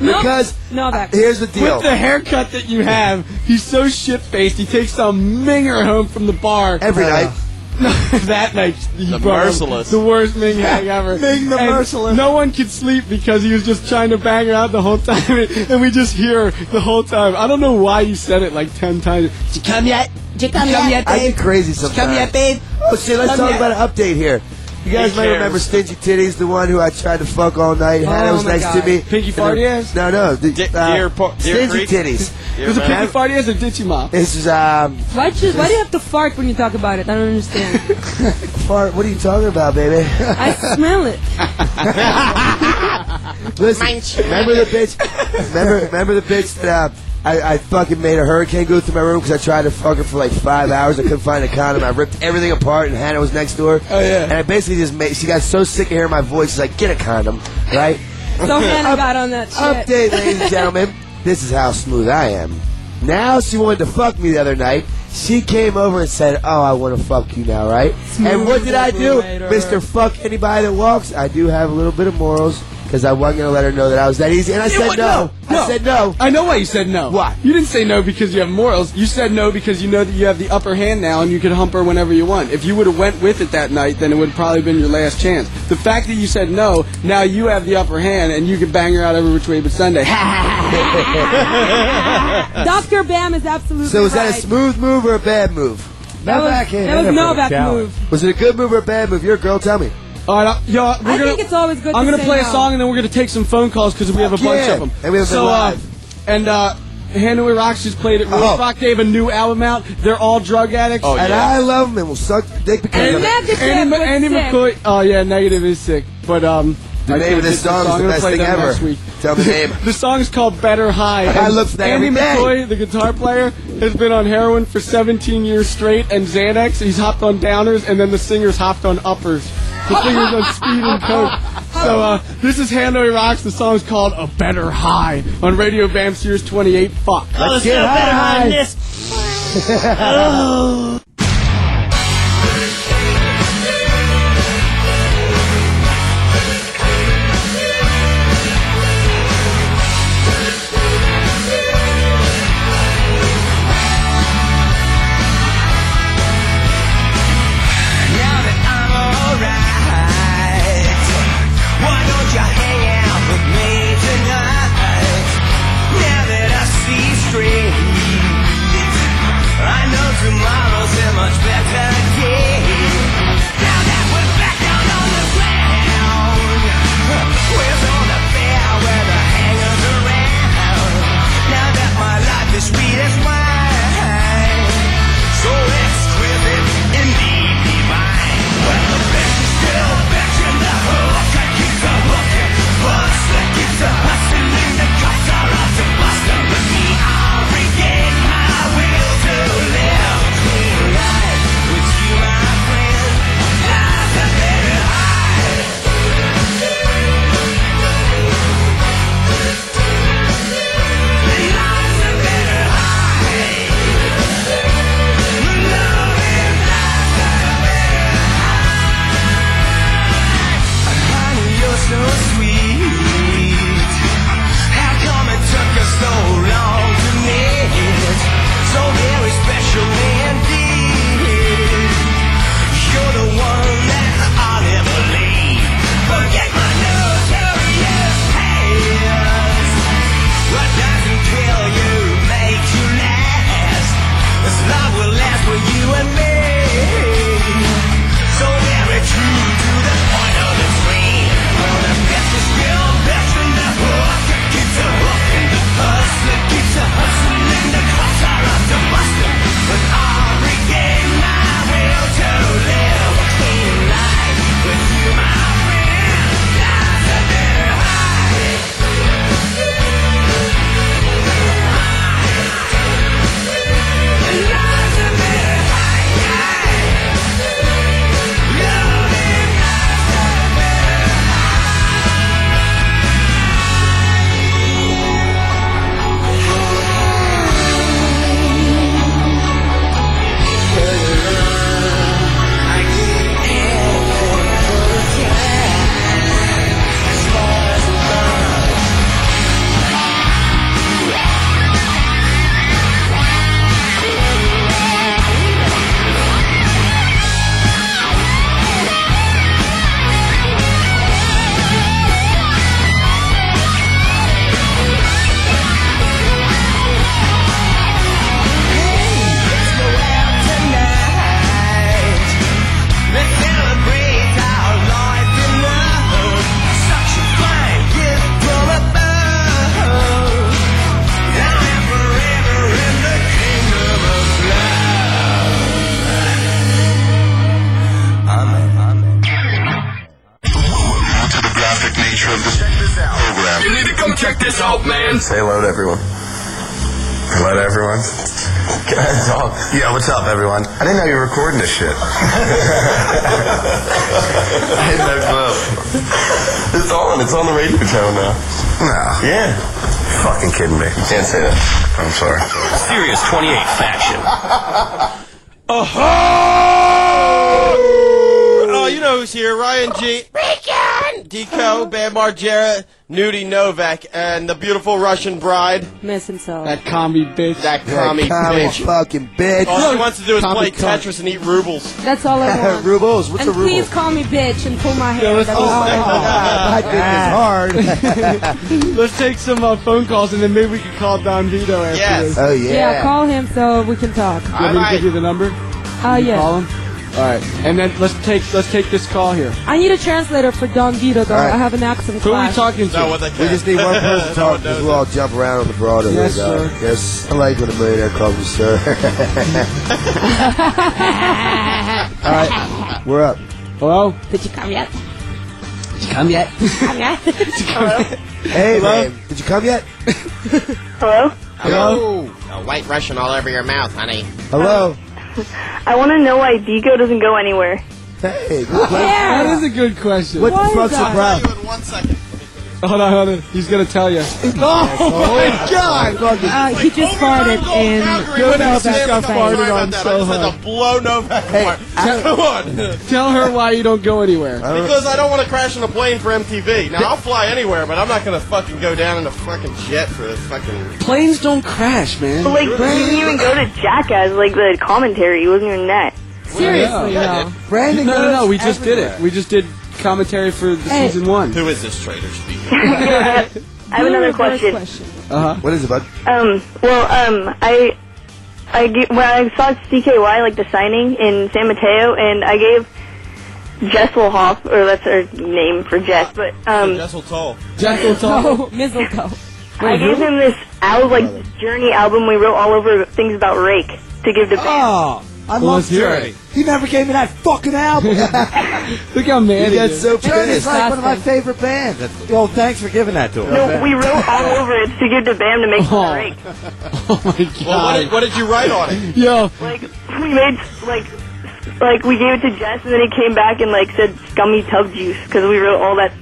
S11: No.
S5: Because
S11: Novak.
S5: here's the deal.
S8: With the haircut that you have, he's so shit faced. He takes some minger home from the bar
S5: Every
S8: Uh,
S5: night.
S8: No, that night, he
S9: The
S8: brought home
S9: merciless.
S8: the worst Ming hang ever.
S10: Ming the
S8: And
S10: merciless.
S8: No one could sleep because he was just trying to bang her out the whole time, and we just hear the whole time. I don't know why he said it like ten times.
S6: Did you come yet? Did you come, yet,
S5: I
S6: babe?
S5: get crazy
S6: Did
S5: sometimes.
S6: you come yet, babe?
S5: Oh shit, let's
S6: Come
S5: talk
S6: yet.
S5: about an update here. You guys
S9: He
S5: might
S9: cares.
S5: remember Stingy Titties, the one who I tried to fuck all night. Hannah
S11: Oh
S5: was
S11: my
S5: next to
S11: God.
S5: me.
S8: Pinky
S5: And
S8: fart
S5: the-
S8: ass?
S5: No, no. The,
S9: Di-
S5: uh,
S9: dear po- dear
S5: Stingy
S9: Greek.
S5: Titties.
S9: Yeah,
S8: It was a
S9: man.
S8: pinky party as a ditchy mop.
S5: This is, um,
S11: Why, should, why do you have to fart when you talk about it? I don't understand.
S5: fart. What are you talking about, baby?
S11: I smell it.
S5: Listen, remember the bitch? Remember, remember the bitch that uh, I, I fucking made a hurricane go through my room because I tried to fuck her for like five hours. I couldn't find a condom. I ripped everything apart, and Hannah was next door.
S8: Oh, yeah.
S5: And I basically just made. She got so sick of hearing my voice. She's like, "Get a condom, right?"
S11: So Hannah got on that shit.
S5: Update, ladies and gentlemen. This is how smooth I am. Now she wanted to fuck me the other night. She came over and said, "Oh, I want to fuck you now, right?" and what did I do,
S11: operator.
S5: Mister Fuck anybody that walks? I do have a little bit of morals because I wasn't gonna let her know that I was that easy, and I said
S8: what?
S5: no. I said no.
S8: I know why you said no.
S5: Why?
S8: You didn't say no because you have morals. You said no because you know that you have the upper hand now and you can hump her whenever you want. If you would have went with it that night, then it would have probably been your last chance. The fact that you said no, now you have the upper hand and you can bang her out every which way but Sunday.
S11: Dr. Bam is absolutely
S5: So was
S11: right.
S5: that a smooth move or a bad move?
S11: That was,
S10: Novak, yeah,
S11: that was
S10: never
S11: Novak
S10: worked out.
S11: move.
S5: Was it a good move or a bad move? You're a girl. Tell me.
S8: All right, I- yo, we're
S11: I
S8: gonna.
S11: think it's always good
S8: I'm
S11: to
S8: gonna
S11: say
S8: play a
S11: no.
S8: song and then we're gonna take some phone calls because we have a
S11: Fuck
S8: bunch
S11: yeah.
S8: of them.
S11: And we have
S8: so,
S11: been
S8: uh,
S11: live.
S8: and uh, Hanoi Rocks just played it. Rose
S12: Oh.
S8: Rock, they have a new album out. They're all drug addicts.
S11: Oh,
S12: and I love him and will suck your dick because
S8: Andy,
S12: of it.
S8: Andy, Andy McCoy. Oh yeah, negative is sick. But um,
S12: The
S8: I
S12: name
S8: can't
S12: of this
S8: get
S12: song is
S8: I'm
S12: the
S8: gonna
S12: best
S8: play
S12: thing
S8: that
S12: ever.
S8: next week.
S12: Tell me the name.
S8: the song's called "Better High."
S12: I
S8: and
S12: look for that
S8: Andy
S12: every day.
S8: McCoy, the guitar player, has been on heroin for 17 years straight and Xanax. He's hopped on downers, and then the singer's hopped on uppers. The singer's on speed and coke. So uh, this is Hanoi Rocks. The song's called "A Better High" on Radio Bam Sears 28. Fuck.
S5: Oh, let's get a better high than this.
S8: Oh.
S5: Now that I'm alright, why don't you hang out with me tonight? Now that I see straight, I know tomorrow's a much better day. Now that we're back down on the ground, where's all the fair weather hangers around? Now that my life is sweet as wine, so exquisite indeed divine. Well, the best is still best in the hook. I keep on looking, bus that keeps on hustling. The cops are out to bust them, but me, I'll regain my will to live. Clean life with you, my friend. Life's a better high. Life's a better high. Honey, you're so sweet. How come it took us so long to meet? So very special indeed. You're the one that I'll never leave. Forget my notorious past. What doesn't kill you makes you last. This love will last for you and me. So very true to the point of the dream. Well, the best is still best in the hook. It keeps a hook in the hustle. It keeps a hustling. The cops are out to bust them. But I'll regain my will to live a clean life with you, my friend. Life's a better high. Life's a better high. Let's celebrate our life in love. Such a fine gift from above. Now and forever in the kingdom of love. Amen.
S9: Due to the graphic nature of this program.
S1: You need to come check this out, man.
S9: Say hello to everyone. Hello to everyone. Can I talk? Yeah, what's up, everyone? I didn't know you were recording this shit. I had no clue. It's on. It's on the radio channel now. No. Yeah. fucking kidding me. You can't say that. I'm sorry.
S1: Serious 28 faction.
S9: Uh-huh!
S13: Oh, you know who's here? Ryan G. Regan! Deco, Bam Margera, Nudie Novak, and the beautiful Russian bride.
S11: Miss himself.
S13: That commie bitch. That commie
S12: commie
S13: bitch.
S12: fucking bitch.
S9: Oh,
S13: All she wants to do is
S12: Commie
S13: play
S12: cunt.
S13: Tetris and eat rubles.
S11: That's all I want.
S12: Rubles, what's
S11: and
S12: a ruble?
S11: please call me bitch and pull my hair.
S8: Yeah, let's
S11: That
S12: My
S8: all-
S11: was all I want.
S12: dick is hard.
S8: Let's take some uh, phone calls and then maybe we can call Don Vito after
S11: Yes.
S8: this.
S11: Yeah, call him so we can talk.
S8: You want me to give you the number?
S11: Uh,
S8: You
S11: yeah.
S8: Call him. All right, and then let's take let's take this call here.
S11: I need a translator for Don Guido, though.
S8: All right.
S11: I have an accent
S8: Who are we
S11: clash.
S8: talking to?
S5: We just need one person talking because we'll all jump around on the broad over
S8: Yes,
S5: there, dog.
S8: sir.
S5: Yes, I like when a millionaire calls me sir. all right, we're up.
S8: Hello?
S14: Did you come yet?
S5: Did you come yet?
S14: Come yet? Hello?
S5: Hey, man. Did you come yet?
S15: Hello?
S5: Hello?
S16: A white Russian all over your mouth, honey.
S5: Hello?
S15: I want to know why Digo doesn't go anywhere.
S5: Hey,
S8: That is a good question.
S15: What the Why is fuck's that? a
S9: problem? One second.
S8: Hold on, hold on. He's gonna tell you.
S10: Oh,
S9: my God.
S11: Uh, he just farted and
S9: Good
S8: Novak got farted
S9: Sorry
S8: on
S9: about that.
S8: so
S9: I just had
S8: hard.
S9: to blow Novak apart. Come on.
S8: Tell her why you don't go anywhere.
S9: Because I don't want to crash on a plane for MTV. Now I'll fly anywhere, but I'm not gonna fucking go down in a fucking jet for a fucking.
S8: Planes don't crash, man.
S15: But, like, he didn't even go to Jackass, like, the commentary. He wasn't even that.
S8: Yeah.
S15: Brandon
S8: No, no, no.
S15: goes
S8: We just did
S15: everywhere.
S8: it. We just did commentary for the
S15: Hey.
S8: season one.
S9: Who is this traitor speaking?
S15: I have another question.
S8: Uh-huh.
S5: What is it, bud?
S15: Um, well, um, I, I ge- when I saw CKY like the signing in San Mateo, and I gave Jessel Hoff, or that's her name for Jess, but um,
S9: Jessel Toll.
S8: Jessel
S11: Oh, mistletoe.
S15: I gave him this album, like Journey album. We wrote all over things about Rake to give to
S10: Oh,
S15: band.
S10: I love Journey. He never gave me that fucking album.
S8: Look how mad
S15: he is.
S10: Journey's like one of my
S15: Disgusting.
S10: favorite bands. Well, thanks for giving that to him.
S5: Oh,
S15: No, we wrote all over it to give to Bam to make
S10: Oh.
S15: the Rake.
S9: Well, what, did, what did you write on it?
S8: Oh Yo.
S15: Like we made like like we gave it to Jess, and then he came back and like said scummy tub juice because we wrote all that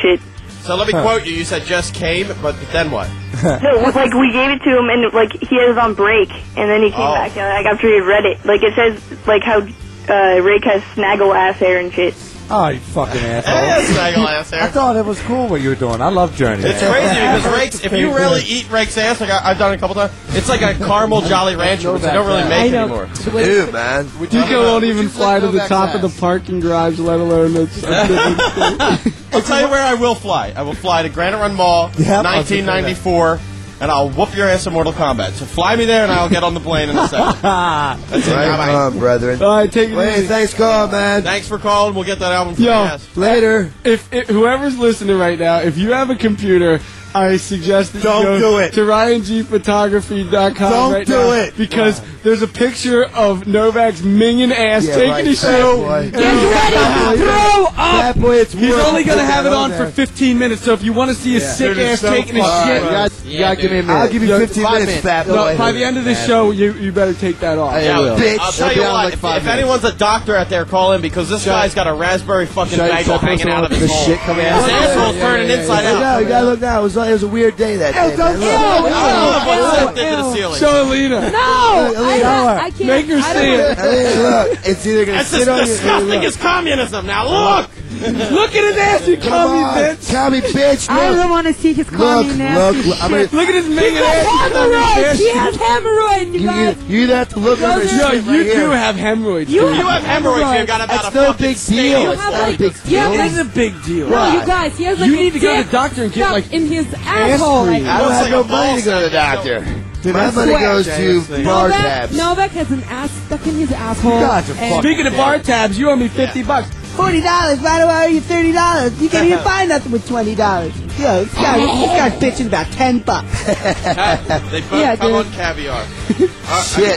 S15: shit.
S9: So let me quote you. You said just came, but then what?
S15: no, like we gave it to him, and like he had it on break, and then he came
S9: Oh.
S15: back and like after he had read it, like it says like how uh, Rake has snaggle ass hair and shit.
S10: Oh, you fucking
S9: Hey,
S10: asshole.
S9: snaggle ass there.
S10: I thought it was cool what you were doing. I love Journey.
S9: It's crazy because rakes. If you really eat rakes ass, like I, I've done a couple times, it's like a caramel Jolly Rancher, which they don't really make anymore.
S5: Dude, man.
S8: Dico won't even fly to the top of the parking garage, let alone it's.
S9: I'll tell you where I will fly. I will fly to Granite Run Mall,
S8: Yep.
S9: 1994, and I'll whoop your ass in Mortal Kombat. So fly me there, and I'll get on the plane in a second. That's it.
S5: Right
S9: Bye-bye.
S5: on, brethren.
S8: All right, take it
S5: Wait,
S8: easy.
S5: thanks, call, man.
S9: Thanks for calling. We'll get that album for
S8: Yo,
S9: your ass.
S5: later.
S8: If, if whoever's listening right now, if you have a computer, I suggest that
S10: Don't
S8: you go
S10: do it.
S8: to ryangphotography.com
S10: Don't
S8: right
S10: do
S8: now
S10: it.
S8: because there's a picture of Novak's minion ass
S10: Yeah,
S8: taking
S10: right,
S8: his
S10: fat
S8: show.
S10: boy.
S8: and-
S10: Get ready to throw up. Fat boy, it's
S8: He's
S10: worth
S8: only
S10: it.
S8: going to
S10: Put
S8: have
S10: that
S8: it
S10: on
S8: on for 15 minutes, so if you want to see a
S10: Yeah.
S8: sick
S10: Dude, it's
S8: ass
S10: so
S8: taking a shit,
S10: fucked.
S8: you gotta-
S10: Yeah,
S8: you gotta
S10: dude.
S8: give me a minute.
S10: I'll give you
S8: Yo,
S10: 15
S8: five
S10: minutes, fat
S8: No,
S10: boy.
S8: by the end of this
S10: Fat
S8: show, you, you better take that off.
S9: Yeah, I'll tell you what. If, if anyone's a doctor out there, call in because this guy's got a raspberry fucking
S8: Shut-
S9: bagel
S8: shut
S9: hanging
S8: this
S9: out of
S8: one
S9: his
S8: up. This
S9: hole.
S8: shit coming
S9: his
S8: out. Yeah,
S9: asshole's
S8: yeah,
S9: turning
S8: yeah, yeah,
S9: inside
S5: Look out,
S9: out.
S5: you gotta look now. It was, it was a weird day that day. man. Look.
S9: I don't know what slipped into the ceiling.
S8: Show Alina.
S11: No,
S5: Look, Alina,
S11: I-
S5: look.
S11: I can't- Make her I
S8: see it.
S5: Alina, look. It's either gonna
S9: That's as
S5: sit on you. or
S9: disgusting
S5: look.
S9: as communism. Now look.
S8: Look at his ass, you
S5: Come
S8: commie
S5: on,
S8: bitch.
S5: Commie bitch.
S11: I
S5: look.
S11: don't want to see his
S5: Look,
S11: commie nasty
S5: look, look, I'm
S11: shit.
S5: gonna- Look at his
S11: He
S5: mingling
S11: has
S5: ass, you commie
S11: hemorrhoids. He
S5: bitch.
S11: has hemorrhoids, you
S5: You,
S11: guys.
S5: you, you'd have to look
S11: Yo,
S5: over his
S11: yo,
S5: shit
S8: you
S5: right
S8: do
S5: here.
S8: have hemorrhoids.
S11: You
S8: dude.
S11: have You have hemorrhoids.
S9: You've got about
S5: That's
S9: a
S5: no
S9: fucking
S5: big
S9: stadium
S5: deal.
S9: full.
S5: It's not a big
S11: You have
S5: deal.
S11: like-
S8: It is a big deal.
S11: No, Oh, you
S5: Why?
S11: guys. He has
S8: You
S11: like a
S8: need to go to
S11: dick
S8: the doctor and get,
S11: stuck
S8: like,
S11: in his
S8: ass
S11: asshole.
S8: cream.
S5: I don't
S9: Looks
S5: have
S9: like
S5: no
S9: a ball
S5: money to go to the doctor. Dude, my
S11: I
S5: money
S11: swear.
S5: goes to
S11: Novak-
S5: bar tabs.
S11: Novak has an ass stuck in his asshole.
S5: guys are
S11: and-
S8: Speaking of bar tabs, you owe me 50 bucks.
S6: Forty dollars. Why do I owe you thirty dollars? You can't even buy nothing with twenty dollars. Yo, this guy, this guy's bitching about ten bucks.
S9: They both
S6: Yeah,
S9: come
S6: dude.
S9: on caviar.
S5: Shit,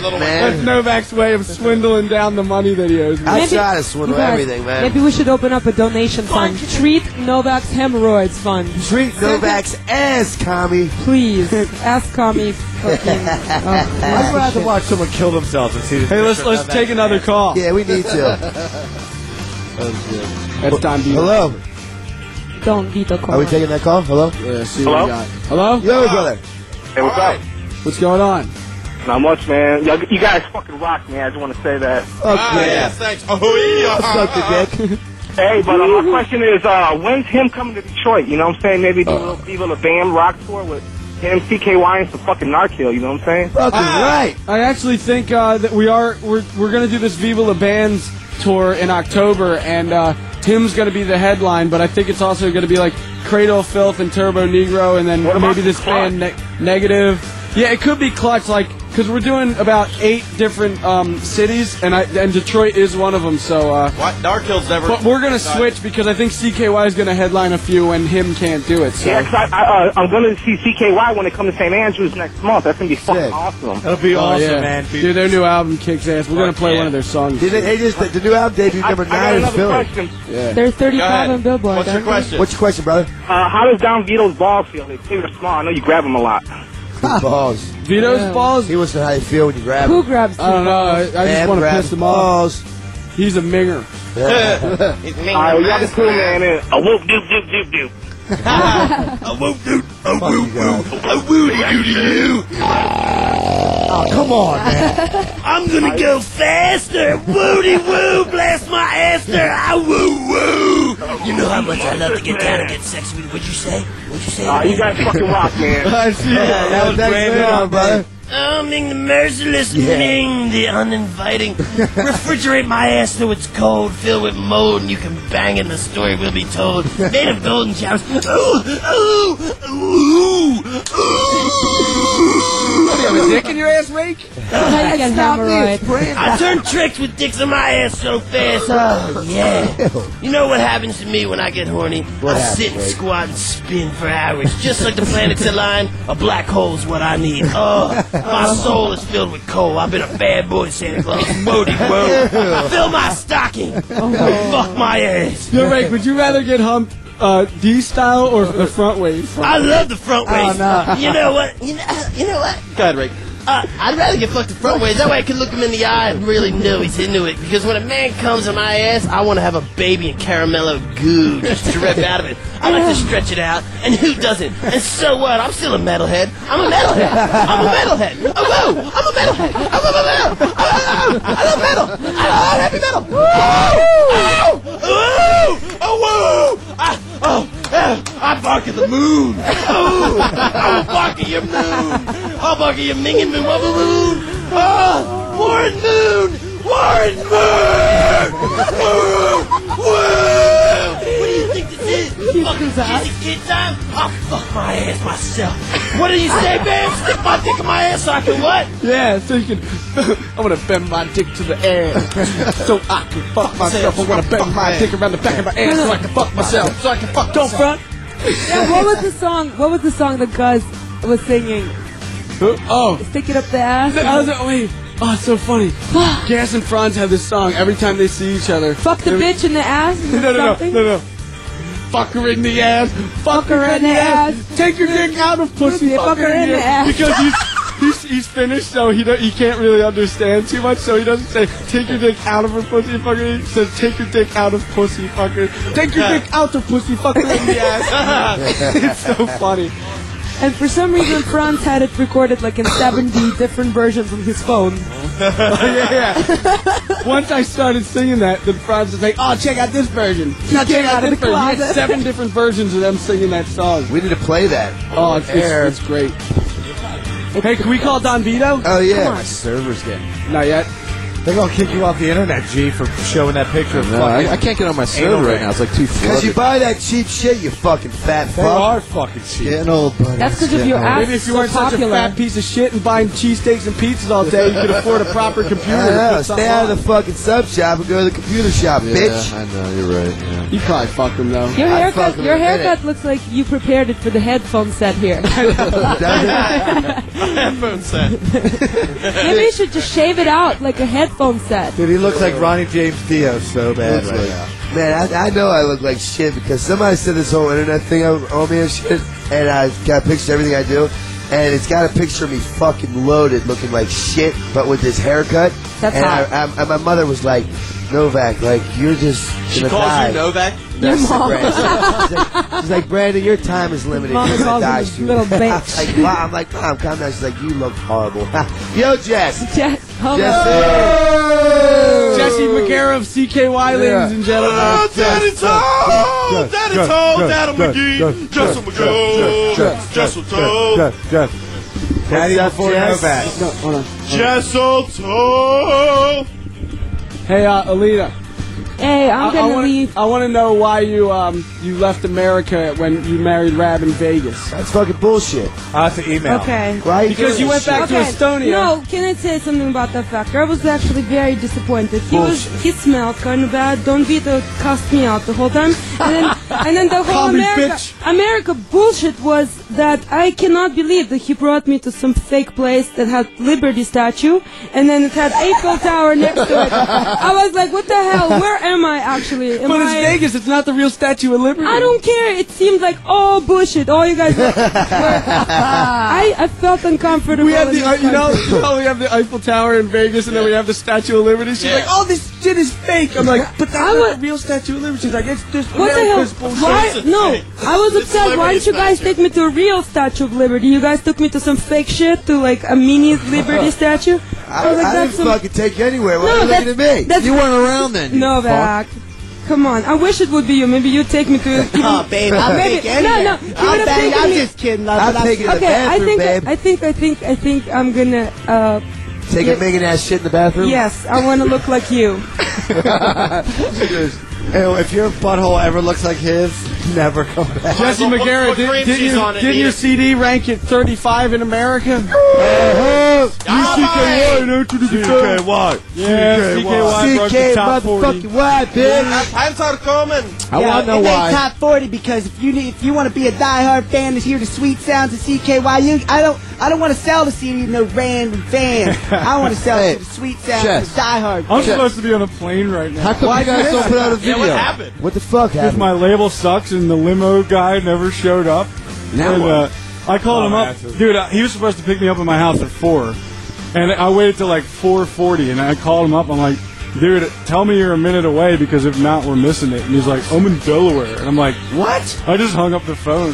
S8: That's
S5: man.
S8: Novak's way of swindling down the money that he owes me.
S5: I
S11: Maybe-
S5: try to swindle
S11: you guys,
S5: everything, man.
S11: Maybe we should open up a donation fund. Treat Novak's hemorrhoids fund.
S5: Treat Novak's ass, commie.
S11: Please, ask Kami. Fucking,
S10: I'd
S11: oh,
S10: rather watch someone kill themselves and see this.
S8: Hey, let's let's take another call.
S5: Yeah, we need to.
S8: That's Don B.
S5: Hello.
S11: don't be the
S5: Are we taking that call? Hello?
S8: Yeah, uh, see what
S17: Hello?
S8: we got. Hello?
S5: Yo, brother.
S17: Hey, what's up?
S8: What's going on?
S17: Not much, man. Y'all, you guys fucking rock me. I just want to say that.
S9: Ah, yeah, thanks. Oh, yeah.
S17: Hey, but uh, my question is, uh, when's him coming to Detroit? You know what I'm saying? Maybe do a little Viva La Bam rock tour with him, CKY, and some fucking Narkill. You know what I'm saying?
S5: Fucking right.
S8: I actually think uh, that we are we're, we're gonna do this Viva La Bands tour in October, and uh, him's gonna be the headline. But I think it's also gonna be like Cradle of Filth and Turbo Negro, and then
S17: What about
S8: maybe this
S17: Clutch?
S8: band ne- Negative. Yeah, it could be Clutch. Like because we're doing about eight different um, cities, and I and Detroit is one of them. So. Uh,
S18: What? Narkill's never.
S8: But we're gonna switch because I think CKY is gonna headline a few, and him can't do it. So.
S19: Yeah, 'cause I, I, uh, I'm gonna see CKY when it comes to St. Andrews next month. That's gonna be fucking awesome.
S8: That'll be Oh, awesome, yeah. man. Dude, their new album kicks ass. We're gonna play one of their songs.
S5: Did they, they just the new album debut
S19: I-
S5: number
S19: I got
S5: nine in
S19: another
S5: Philly?
S19: question.
S5: Yeah.
S19: They're 35 Go ahead. on Billboard, What's your aren't they? question?
S5: What's your question, brother?
S19: Uh, how does Don Vito's ball feel? They say they're small. I know you grab them a lot.
S5: balls.
S8: Vito's balls.
S5: He wants to know how you feel when you grab him.
S8: I don't know. I, I just
S5: Man
S8: want to
S5: grabs
S8: piss him off. He's a minger.
S19: He's All right, well, y'all be cool, man. and A whoop, doop, doop, doop, doop.
S9: Oh, come on, man. I'm gonna go faster. Woody woo, blast my aster. I woo woo. You know how much I love to get down and get sexy. with- What'd you say? What'd you say?
S19: Aw, you guys fucking rock, man.
S9: I see.
S19: That was branded on, brother.
S9: Oh, Ming the merciless,
S19: Yeah.
S9: Ming the uninviting. Refrigerate my ass till it's cold, fill with mold, and you can bang it. and The story will be told. Made of golden showers. Ooh, ooh, ooh, ooh.
S8: What do you have, a dick in your ass, Rake?
S9: I
S11: got hemorrhoid.
S9: I turn tricks with dicks on my ass so fast. Oh, yeah. You know what happens to me when I get horny? I
S20: happens,
S9: sit and
S20: Rick?
S9: squat and spin for hours. Just like the planets align, a black hole's what I need. Oh, my soul is filled with coal. I've been a bad boy, Santa Claus. Woody, whoa. I fill my stocking. Fuck my ass.
S8: Yo, Rake, would you rather get humped uh, D style or the front waist?
S9: I love the front waist. You know what? You know, you know what?
S18: Go ahead, Rick.
S9: Uh, I'd rather get fucked the front ways. That way I can look him in the eye and really know he's into it. Because when a man comes on my ass, I want to have a baby and caramello goo just drip out of it. I like to stretch it out, and who doesn't? And so what? I'm still a metalhead. I'm a metalhead. I'm a metalhead. Oh, whoa! I'm a metalhead. I'm a metalhead. Oh, I love metal. I love heavy metal. Woo! Oh, oh, oh, woo! I, oh, eh, I bark at the moon. Oh, I will bark at your moon. I'll bark at your minging moon. Wubba moon. Oh, Warren moon. Warren moon. Woo! Woo! What do you think this is? Fucking kissy kid time? I'll fuck my ass myself. What do you say, babe? Stick my dick in my ass so I can what?
S8: Yeah, so you can. I'm gonna bend my dick to the air so I can fuck myself. I'm gonna bend my dick around the back of my ass so I can fuck myself. So I can fuck. Don't front.
S11: yeah, what was the song? What was the song that Gus was singing?
S8: Oh,
S11: Stick it up the ass.
S8: I was like, wait. Oh, it's so funny. Gas and Franz have this song every time they see each other.
S11: Fuck the bitch in the ass.
S8: No, no, no, no,
S11: Something?
S8: no, no. Fuck her in the ass. Fuck her in the ass. Take your dick out of pussy. Fuck her in the ass. Because he's he's, he's finished, so he don't, he can't really understand too much. So he doesn't say take your dick out of her pussy fucker. He says take your dick out of pussy fucker. Take your dick out of pussy fucker in the ass. it's so funny.
S11: And for some reason, Franz had it recorded like in 70 different versions on his phone.
S8: yeah, yeah. Once I started singing that, the crowd was like, "Oh, check out this version!
S11: Now
S8: check
S11: get out of
S8: this
S11: the
S8: version." He had
S11: closet.
S8: Seven different versions of them singing that song.
S5: We need to play that.
S8: Oh, it's,
S5: Air.
S8: it's, it's great. Hey, can we call Don Vito?
S5: Oh yeah.
S8: Come on.
S9: server's getting.
S8: Not yet.
S9: They're gonna kick you off the internet, G, for showing that picture of
S21: No,
S9: fucking
S21: I- I can't get on my
S9: anal
S21: server right
S9: ring.
S21: now. It's like too
S5: Because you
S21: flooded.
S5: buy that cheap shit, you fucking fat fuck.
S9: They are fucking cheap.
S5: Getting old, buddy.
S11: That's 'cause of your ass
S8: Maybe if
S11: is
S8: you
S11: so
S8: weren't
S11: popular.
S8: such a fat piece of shit and buying cheesesteaks and pizzas all day, you could afford a proper computer.
S5: I
S8: to
S5: know.
S8: put
S5: Stay
S8: something
S5: out
S8: on.
S5: of the fucking sub shop and go to the computer shop,
S21: Yeah,
S5: bitch.
S21: I know you're right. Yeah.
S8: You probably fuck him though.
S11: Your
S5: I'd fuck
S11: haircut,
S5: him
S11: your
S5: in a minute.
S11: haircut looks like you prepared it for the headphone set here.
S18: Headphone set.
S11: Maybe you should just shave it out like a headphone set.
S9: Dude, he looks like Ronnie James Dio so bad
S5: Looks
S9: right
S5: like-
S9: now.
S5: Man, I, I know I look like shit because somebody said this whole internet thing on on me and shit, and I got a picture of everything I do, and it's got a picture of me fucking loaded, looking like shit, but with this haircut.
S11: That's
S5: and
S11: hot.
S5: I, I, and my mother was like, Novak, like you're just
S18: She
S5: gonna
S18: calls
S5: die.
S18: you Novak.
S5: That's
S11: Your mom.
S5: Brandon. she's, like, she's like, Brandon, your time is limited.
S11: Mom
S5: You're gonna
S11: calls
S5: die
S11: you
S5: soon."
S11: little bitch.
S5: I was like, Mom, I'm like, Mom, calm down. She's like, you look horrible. Yo, Jess.
S11: Jess, hold
S5: Jess.
S11: on.
S8: Jesse McGarra of CKY, ladies and gentlemen.
S18: Oh, that is home. That is home. Adam
S9: Jess,
S18: McGee.
S9: Jess,
S18: Jessel
S9: Jess, Jess,
S18: McGee. Jessel Toe.
S9: Daddy before
S8: Jess?
S9: Novak.
S8: No, hold on.
S18: Jessel Toe.
S8: Hey, uh, Alita.
S11: Hey, I'm gonna
S8: wanna,
S11: leave.
S8: I want to know why you um you left America when you married Rab in Vegas.
S5: That's fucking bullshit.
S22: I have to email.
S11: Okay.
S5: Why
S8: Because you went back to
S11: Okay,
S8: Estonia.
S11: No, can I say something about that factor? I was actually very disappointed. He was he smelled kind of bad. Don Vito cussed me out the whole time, and then, and then the whole
S8: Call me
S11: America
S8: bitch.
S11: America bullshit was that I cannot believe that he brought me to some fake place that had Liberty statue, and then it had Eiffel Tower next to it. I was like, what the hell? Where am I actually? Am
S8: But it's
S11: I-
S8: Vegas. It's not the real Statue of Liberty.
S11: I don't care. It seemed like all bullshit. All you guys. Were, I, I felt uncomfortable.
S8: We have
S11: in
S8: the
S11: this
S8: uh, you know
S11: country.
S8: you know, we have the Eiffel Tower in Vegas, and then we have the Statue of Liberty. She's
S11: Yeah.
S8: like, "Oh, this shit is fake." I'm like, "But that's
S11: I
S8: not
S11: was-
S8: the real Statue of Liberty." She's like, "It's just
S11: What the hell?
S8: America's bullshit."
S11: Why? No, I was upset. Why didn't you guys take me to a real Statue of Liberty? You guys took me to some fake shit, to like a mini Liberty statue.
S5: I,
S11: was like,
S5: I
S11: that's
S5: didn't
S11: some-
S5: fucking take you anywhere. Why are you
S11: that's-
S5: looking at me?
S11: that's- No, Novak. Come on, I wish it would be you. Maybe you'd take me to.
S6: Oh, babe, I'll
S11: maybe,
S6: take any-
S11: No, no, you
S6: I'll
S11: would've
S6: bang-
S11: taken
S6: I'm
S11: me-
S6: just kidding, love, I'll but I'm- take it
S11: okay,
S6: in the
S11: I think,
S5: bathroom,
S11: I think, I think, I think I'm gonna. Uh,
S5: Take a big ass shit in the bathroom?
S11: Yes, I want to look like you.
S7: Ew, if your butthole ever looks like his, never come back.
S8: Jesse McGarrett, did, did, you, did your CD rank at 35 in America?
S7: Uh-huh.
S8: UCKY, don't you do the
S7: CKY.
S8: Yeah,
S7: CKY.
S8: CKY broke the top 40.
S6: why, bitch?
S9: I'm Todd Coleman.
S7: I
S6: Yeah,
S7: wanna know
S6: it made
S7: why.
S6: top 40 because if you need, if you want to be a diehard fan to hear the sweet sounds of CKYU, I don't I don't want to sell the CD to no random fan. I want to sell it to the sweet sounds
S8: Chess.
S6: of the diehard.
S8: I'm
S6: fans.
S8: supposed to be on a plane right now.
S6: How come you guys don't put out a Yeah, what video? happened?
S5: What the fuck
S8: Because
S5: happened?
S8: my label sucks and the limo guy never showed up.
S5: Now
S8: And,
S5: what?
S8: uh, I called
S5: Oh,
S8: him up.
S5: that's a-
S8: Dude, uh, he was supposed to pick me up at my house at 4. And I waited till like 4.40 and I called him up. I'm like, dude, tell me you're a minute away because if not, we're missing it. And he's like, I'm in Delaware. And I'm like,
S6: what?
S8: I just hung up the phone.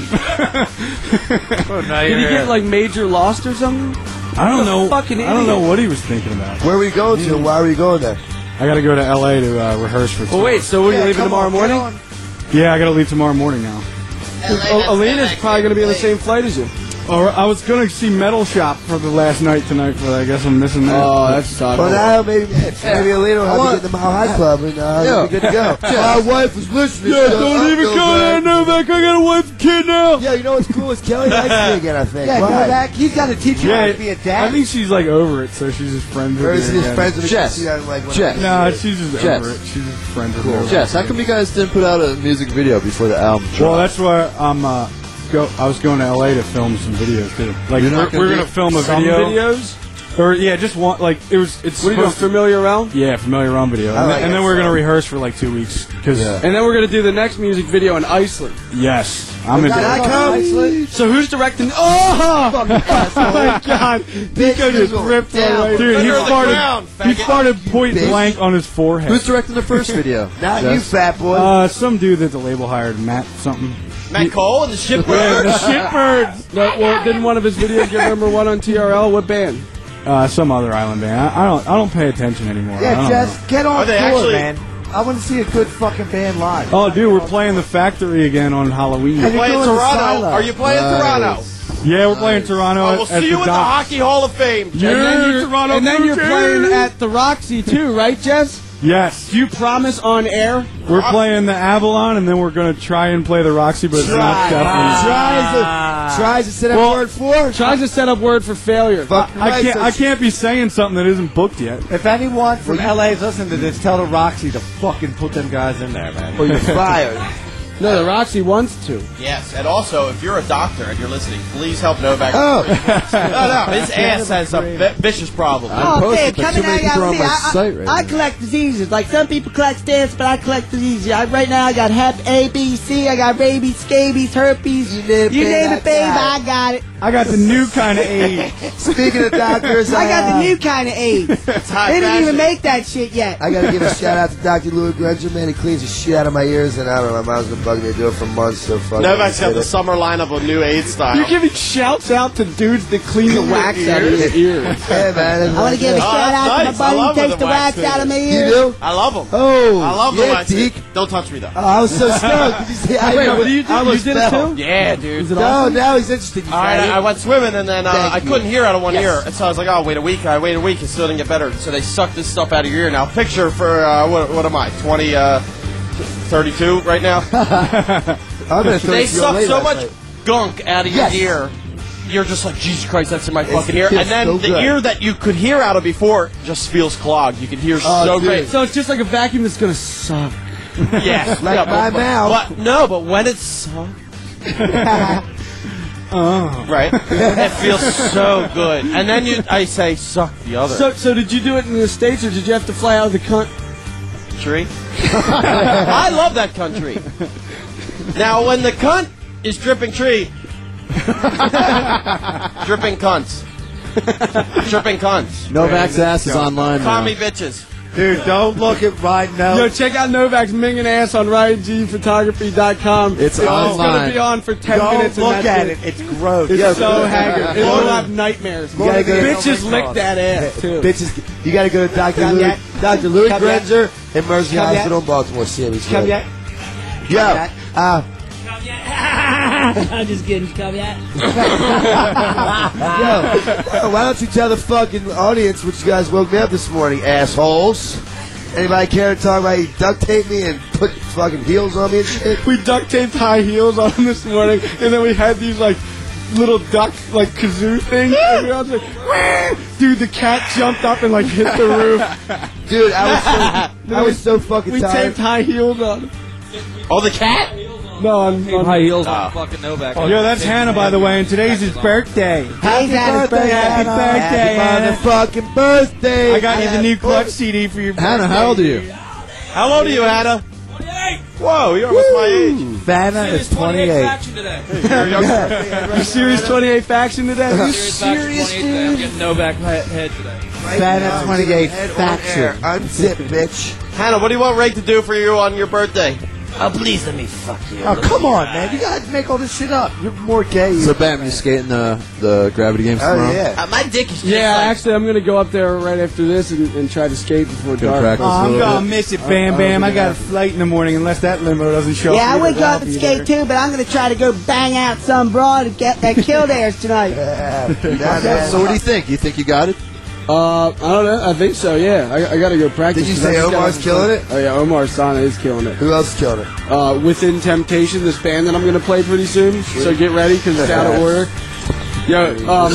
S8: Oh,
S22: now you're here.
S8: like major lost or something? I don't know. Fucking I don't know what he was thinking about.
S5: Where were you going to? Why were you going there?
S8: I got to go to LA to uh, rehearse for.
S22: Well, wait. So, what are you
S8: Yeah,
S22: leaving
S8: come
S22: tomorrow
S8: on,
S22: morning?
S8: Yeah, I got to leave tomorrow morning now.
S22: that's
S8: Alina's probably going to be on the same flight as you. Or I was going to see Metal Shop for the last night tonight, but I guess I'm missing that.
S5: Oh, that's
S8: awesome.
S5: Well, now maybe maybe Alina will
S8: I
S5: have to
S8: want-
S5: get the Mile High Club and uh,
S8: Yeah.
S5: we'll be good to go.
S8: Yeah.
S5: My wife is listening.
S8: Yeah, don't even go there, Novak. I got a wife and kid now.
S5: Yeah, you know what's cool is Kelly likes me again. I think.
S6: Yeah,
S5: Why?
S6: Novak, he's got to teach you how to be a dad.
S8: I think she's like over it, so she's just friends with
S5: Or
S8: you
S5: is she just
S8: again.
S5: friends with you? Jess. See, I like when I- Jess.
S8: Nah, she's just
S7: Jess.
S8: over it. She's just friends with
S7: Cool.
S8: her.
S7: Jess, how come you guys didn't put out a music video before the album?
S8: Well,
S7: dropped?
S8: that's why I'm. Uh, go. I was going to LA to film some videos too. Like
S7: You're not
S8: we're,
S7: gonna
S8: we're
S7: do
S8: gonna film a
S7: some
S8: video.
S7: videos?
S8: Or yeah, just one. Like it was. It's
S22: What are you doing,
S8: familiar realm. Yeah, familiar realm video.
S22: I like
S8: And, then- and
S22: it.
S8: then we're gonna rehearse for like two weeks. Cause
S22: And then we're gonna do the next music video in Iceland.
S8: yes, I'm in.
S22: So who's directing? Oh,
S8: Oh my god, Nico just ripped
S22: down.
S8: away. Dude, he
S22: Under the
S8: farted.
S22: ground,
S8: he
S22: faggot.
S8: farted point
S22: Bitch.
S8: blank on his forehead.
S7: Who's directing the first video?
S5: Not
S8: Jess.
S5: you, fat boy.
S8: Uh, some dude that the label hired, Matt something.
S16: Matt Cole and the ship.
S8: Yeah, the
S22: Shitbirds. No, well, didn't one of his videos get number one on TRL? What band?
S8: Uh, some other island band. I, I don't. I don't pay attention anymore. I
S22: Yeah,
S8: don't
S22: Jess,
S8: know.
S22: get on Are they tour, actually- man.
S5: I want to see a good fucking band live.
S8: Oh, dude, we're playing the Factory again on Halloween.
S5: You're playing
S9: Toronto. Are you playing Toronto?
S8: Yeah, we're playing Toronto.
S9: Oh, we'll
S8: at, at
S9: see you
S8: the
S9: at the
S8: dock.
S9: Hockey Hall of Fame.
S8: You're- Toronto
S22: and then
S8: Blue
S22: you're
S8: Jays.
S22: playing at the Roxy too, right, Jess?
S8: Yes,
S22: Do you promise on air?
S8: we're playing the Avalon, and then we're gonna try and play the Roxy, but it's not definitely.
S5: Tries to tries to set up
S8: Well,
S5: word for.
S22: Tries to set up word for failure.
S8: I can't. I can't be saying something that isn't booked yet.
S23: If anyone from LA is listening to this, tell the Roxy to fucking put them guys in there, man.
S22: Or you're
S5: fired.
S22: No, the Roxy wants to.
S9: Yes, and also, if you're a doctor and you're listening, please help Novak.
S22: Oh.
S9: no, no, his ass has a vi- vicious problem.
S6: oh, babe, coming at you. See, I, I, I collect diseases. Like some people collect stamps, but I collect diseases. I, right now, I got Hep A, B, C. I got rabies, scabies, herpes. You name, it,
S5: it, babe,
S6: babe, I got it.
S8: I got the new kind of AIDS.
S5: Speaking of doctors,
S6: I got
S5: uh,
S6: the new kind of AIDS.
S5: high
S6: They didn't even
S5: fashion.
S6: make that shit yet.
S5: I gotta give a shout out to Dr. Louis Granger, man. He cleans the shit out of my ears and out of my mouth and fucking been doing it for months. So fucking.
S9: Novak's
S5: get
S9: got the
S5: it.
S9: summer lineup of new AIDS style.
S24: You're giving shouts out to dudes that clean the wax out of your ears.
S5: yeah, man.
S11: I want to give a shout out to my buddy who takes the wax out of my ears.
S9: I love them.
S5: Oh,
S9: I love
S5: yeah,
S9: the wax.
S5: Deke.
S9: Don't touch me though.
S5: Oh, I was so stoked. Did you see- I
S9: Wait,
S5: know,
S9: what do you do?
S5: I
S9: You
S5: almost
S9: did it
S5: fell.
S9: too? Yeah, dude. Is it
S5: no,
S9: awesome?
S5: now he's interested.
S9: All right, I, I went swimming and then uh,
S5: Thank
S9: I
S5: you.
S9: couldn't hear out of one
S5: Yes.
S9: ear, and so I was like, "Oh, wait a week." I wait a week, it still didn't get better. So they suck this stuff out of your ear. Now, picture for uh, what, what am I, 20, uh, 32 right now?
S5: I'm gonna throw
S9: they
S5: it to you
S9: suck
S5: later,
S9: so
S5: that's
S9: much
S5: right.
S9: gunk out of
S5: Yes.
S9: your ear. You're just like Jesus Christ, that's in my
S5: It's-
S9: fucking ear.
S5: it
S9: And
S5: feels
S9: then
S5: so
S9: the
S5: good.
S9: ear that you could hear out of before just feels clogged. You can hear
S5: Oh,
S9: so great.
S8: So it's just like a vacuum that's gonna suck.
S9: Yeah, yeah, but, But, no, but when it sucks,
S8: Oh.
S9: right? it feels so good. And then you, I say, suck the other.
S8: So, so did you do it in the states, or did you have to fly out of the cunt?
S9: country. I love that country. Now, when the cunt is dripping tree, dripping cunts, dripping cunts.
S25: Novak's ass is online now.
S9: Commie bitches.
S26: Dude, don't look at right now.
S8: Yo, check out Novak's minging ass on RyanGPhotography.com.
S26: It's
S8: It's gonna
S26: online.
S8: be on for 10
S26: Don't
S8: minutes. and
S26: look
S8: that's
S26: at it. It's gross.
S8: It's
S26: Yeah,
S8: so
S26: but-
S8: haggard. It will have nightmares.
S26: You gotta go to-
S8: Bitches lick that ass, too.
S5: Bitches, you got to go to Dr.
S8: Come
S5: Louis,
S8: yet?
S5: Dr. Louis
S8: Come yet?
S5: Granger in Mercy
S8: Come yet?
S5: Hospital, in Baltimore City.
S8: Come yet?
S5: Yo, uh,
S27: I'm just kidding. Come yet?
S5: yo, why don't you tell the fucking audience what you guys woke me up this morning, assholes? Anybody care to talk about you duct tape me and put fucking heels on me and shit?
S8: we duct taped high heels on him this morning, and then we had these like little duck like kazoo things. and we all just like, "Wah!" dude, the cat jumped up and like hit the roof.
S5: Dude, I was so, I was so fucking
S8: we
S5: tired.
S8: taped high heels on.
S9: Oh, the cat?
S8: No, on, on
S28: high heels on
S26: Ah.
S8: Oh.
S28: fucking Novak.
S8: Oh,
S26: Yo, that's Hannah, by the way, and today's his birthday.
S11: Happy
S26: birthday, happy birthday, Hannah.
S5: motherfucking birthday.
S26: I got you the new Clutch CD for your
S25: Hannah, how old are you?
S9: How old are you, Hannah? Whoa, you're almost my age.
S26: Vanna is 28.
S8: You serious 28 faction today? Are you serious,
S28: I'm
S8: dude?
S28: getting Novak he- head today.
S5: Vanna 28 faction.
S9: air.
S5: Unzip, bitch.
S9: Hannah, what do you want Ray to do for you on your birthday?
S29: Oh, please let me fuck you.
S5: Oh, come on, man. You gotta make all this shit up. You're more gay.
S25: So, Bam, you skating the the gravity games
S5: Oh,
S25: tomorrow?
S5: yeah.
S29: my dick is
S8: Yeah, actually, I'm gonna go up there right after this and, and try to skate before
S25: Gonna
S8: dark.
S25: practice a
S26: Oh, I'm
S25: little
S26: gonna
S25: bit.
S26: miss it, Bam Bam. I got a flight in the morning unless that limo doesn't show
S11: Yeah, I
S26: up.
S11: would go up
S26: I'll
S11: and
S26: be
S11: skate too, but I'm gonna try to go bang out some broad and get that kill theirs tonight.
S25: so, what do you think? You think you got it?
S8: Uh, I don't know. I think so. Yeah, I, I gotta go practice.
S5: Did you
S8: 'cause
S5: say
S8: I just got
S5: Omar's
S8: off the
S5: killing
S8: phone.
S5: it?
S8: Oh yeah, Omar Sana is killing it.
S5: Who else killed it?
S8: Uh, Within Temptation, this band that I'm gonna play pretty soon. So get ready because it's out of order. Yo, um,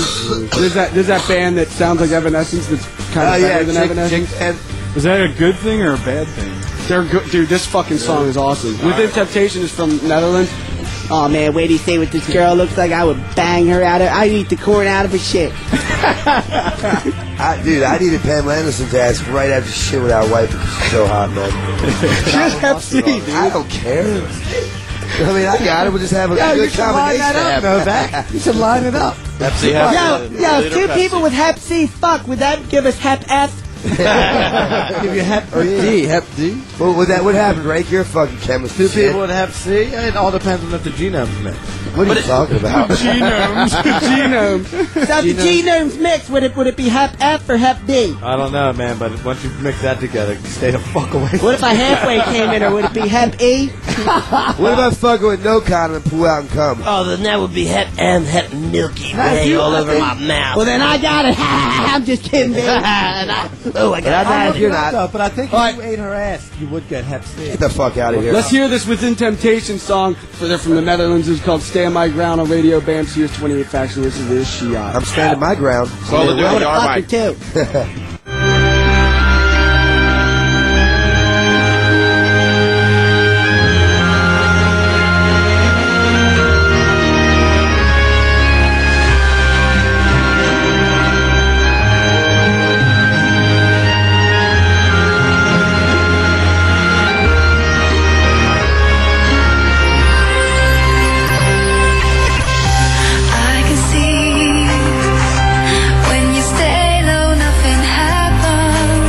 S8: there's that there's that band that sounds like Evanescence that's kind of
S5: Oh,
S8: better
S5: yeah,
S8: than
S5: Chick-
S8: Evanescence.
S5: Chick- and-
S8: is that a good thing or a bad thing? They're good, dude. This fucking song is awesome. Within Temptation is from Netherlands. Uh,
S11: Oh man, wait till you see what this girl looks like. I would bang her out of. I'd eat the corn out of her shit.
S5: I, dude, I needed Pam Anderson's ass right after shit with our wife because she's so hot, man.
S8: Just have seed, dude.
S5: I don't care. I mean, I got it. We'll just have a
S26: Yeah, you
S5: good
S26: should line
S5: combination.
S26: that up, Novak. You should line it up.
S9: Pepsi
S11: Yo, yo, if two people with Hep C fuck, would that give us Hep F?
S5: Give you Hep D. Hep D. Oh, Well, would that would happen, right? You're a fucking chemist.
S26: Two
S5: shit.
S26: people would have C. It all depends on if the genome's mixed.
S5: What are you talking about?
S26: Genomes.
S8: Genome.
S11: So if the genomes mix, would it would it be Hep F or Hep D?
S26: I don't know, man, but once you mix that together, stay the fuck away.
S11: What if I halfway came in, or would it be Hep E?
S5: What about fucking with no condom and pull out and come?
S29: Oh, then that would be hep and hep Milky Way all over my mouth.
S11: Well, then I got it. I'm just kidding, baby.
S29: oh, I got
S5: But
S29: that.
S5: if you're not,
S26: but I think
S8: All right.
S26: if you ate her ass, you would get hep C.
S5: get the fuck out of here.
S8: Let's hear this Within Temptation song. For they're from the Netherlands. It's called "Stand My Ground" on Radio Bam's Here's 28 Faction. This is this Shiat.
S5: I'm standing my ground.
S9: Well, they're doing it, all
S11: Fuck
S9: right.
S11: it too.
S30: I can see when you stay low, nothing happens.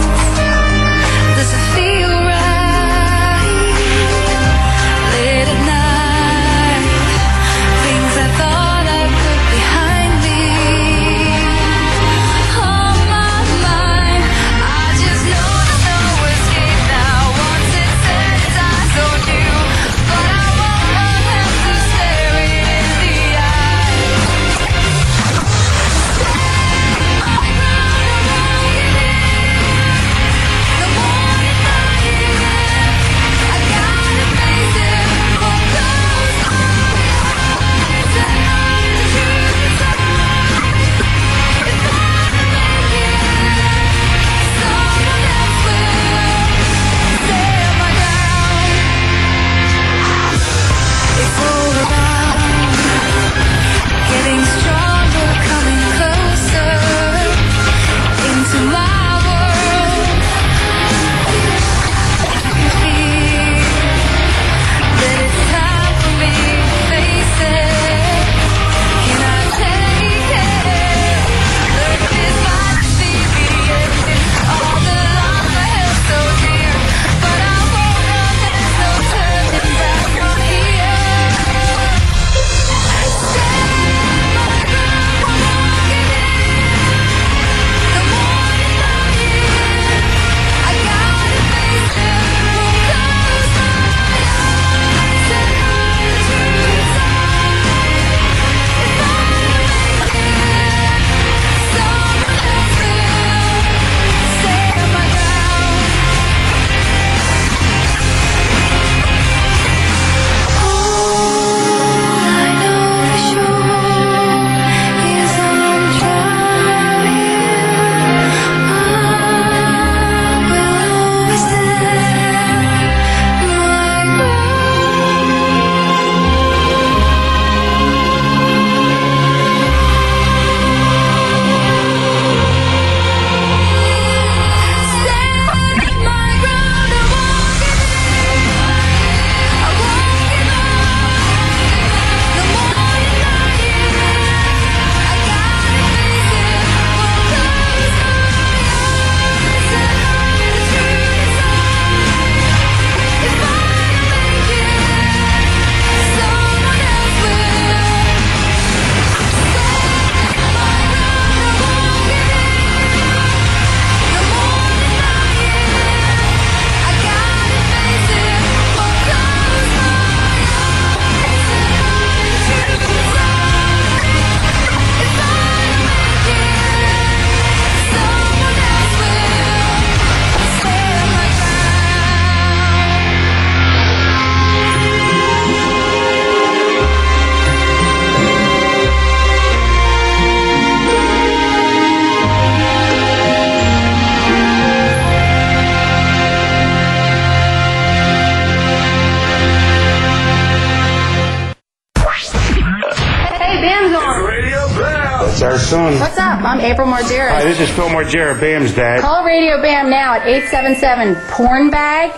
S31: son.
S30: What's up? I'm April Margera.
S31: Hi, this is Phil Margera, Bam's dad.
S30: Call Radio Bam now at 877 Porn Bag.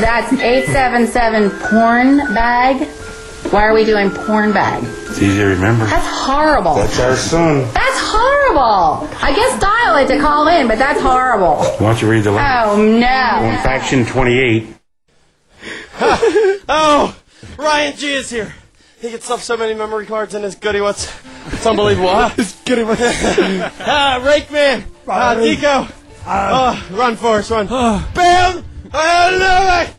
S30: That's 877 Porn Bag. Why are we doing Porn Bag?
S31: It's easy to remember.
S30: That's horrible.
S31: That's our son.
S30: That's horrible. I guess dial it to call in, but that's horrible.
S31: Why don't you read the letter?
S30: Oh no.
S31: On faction 28.
S9: oh, Ryan G is here. He gets up so many memory cards in his goody what's. It's unbelievable, huh? his goody what's. ah, Rake Man. Ah, Nico. Ah, run for us, run.
S8: Ah.
S9: Bam! I love it!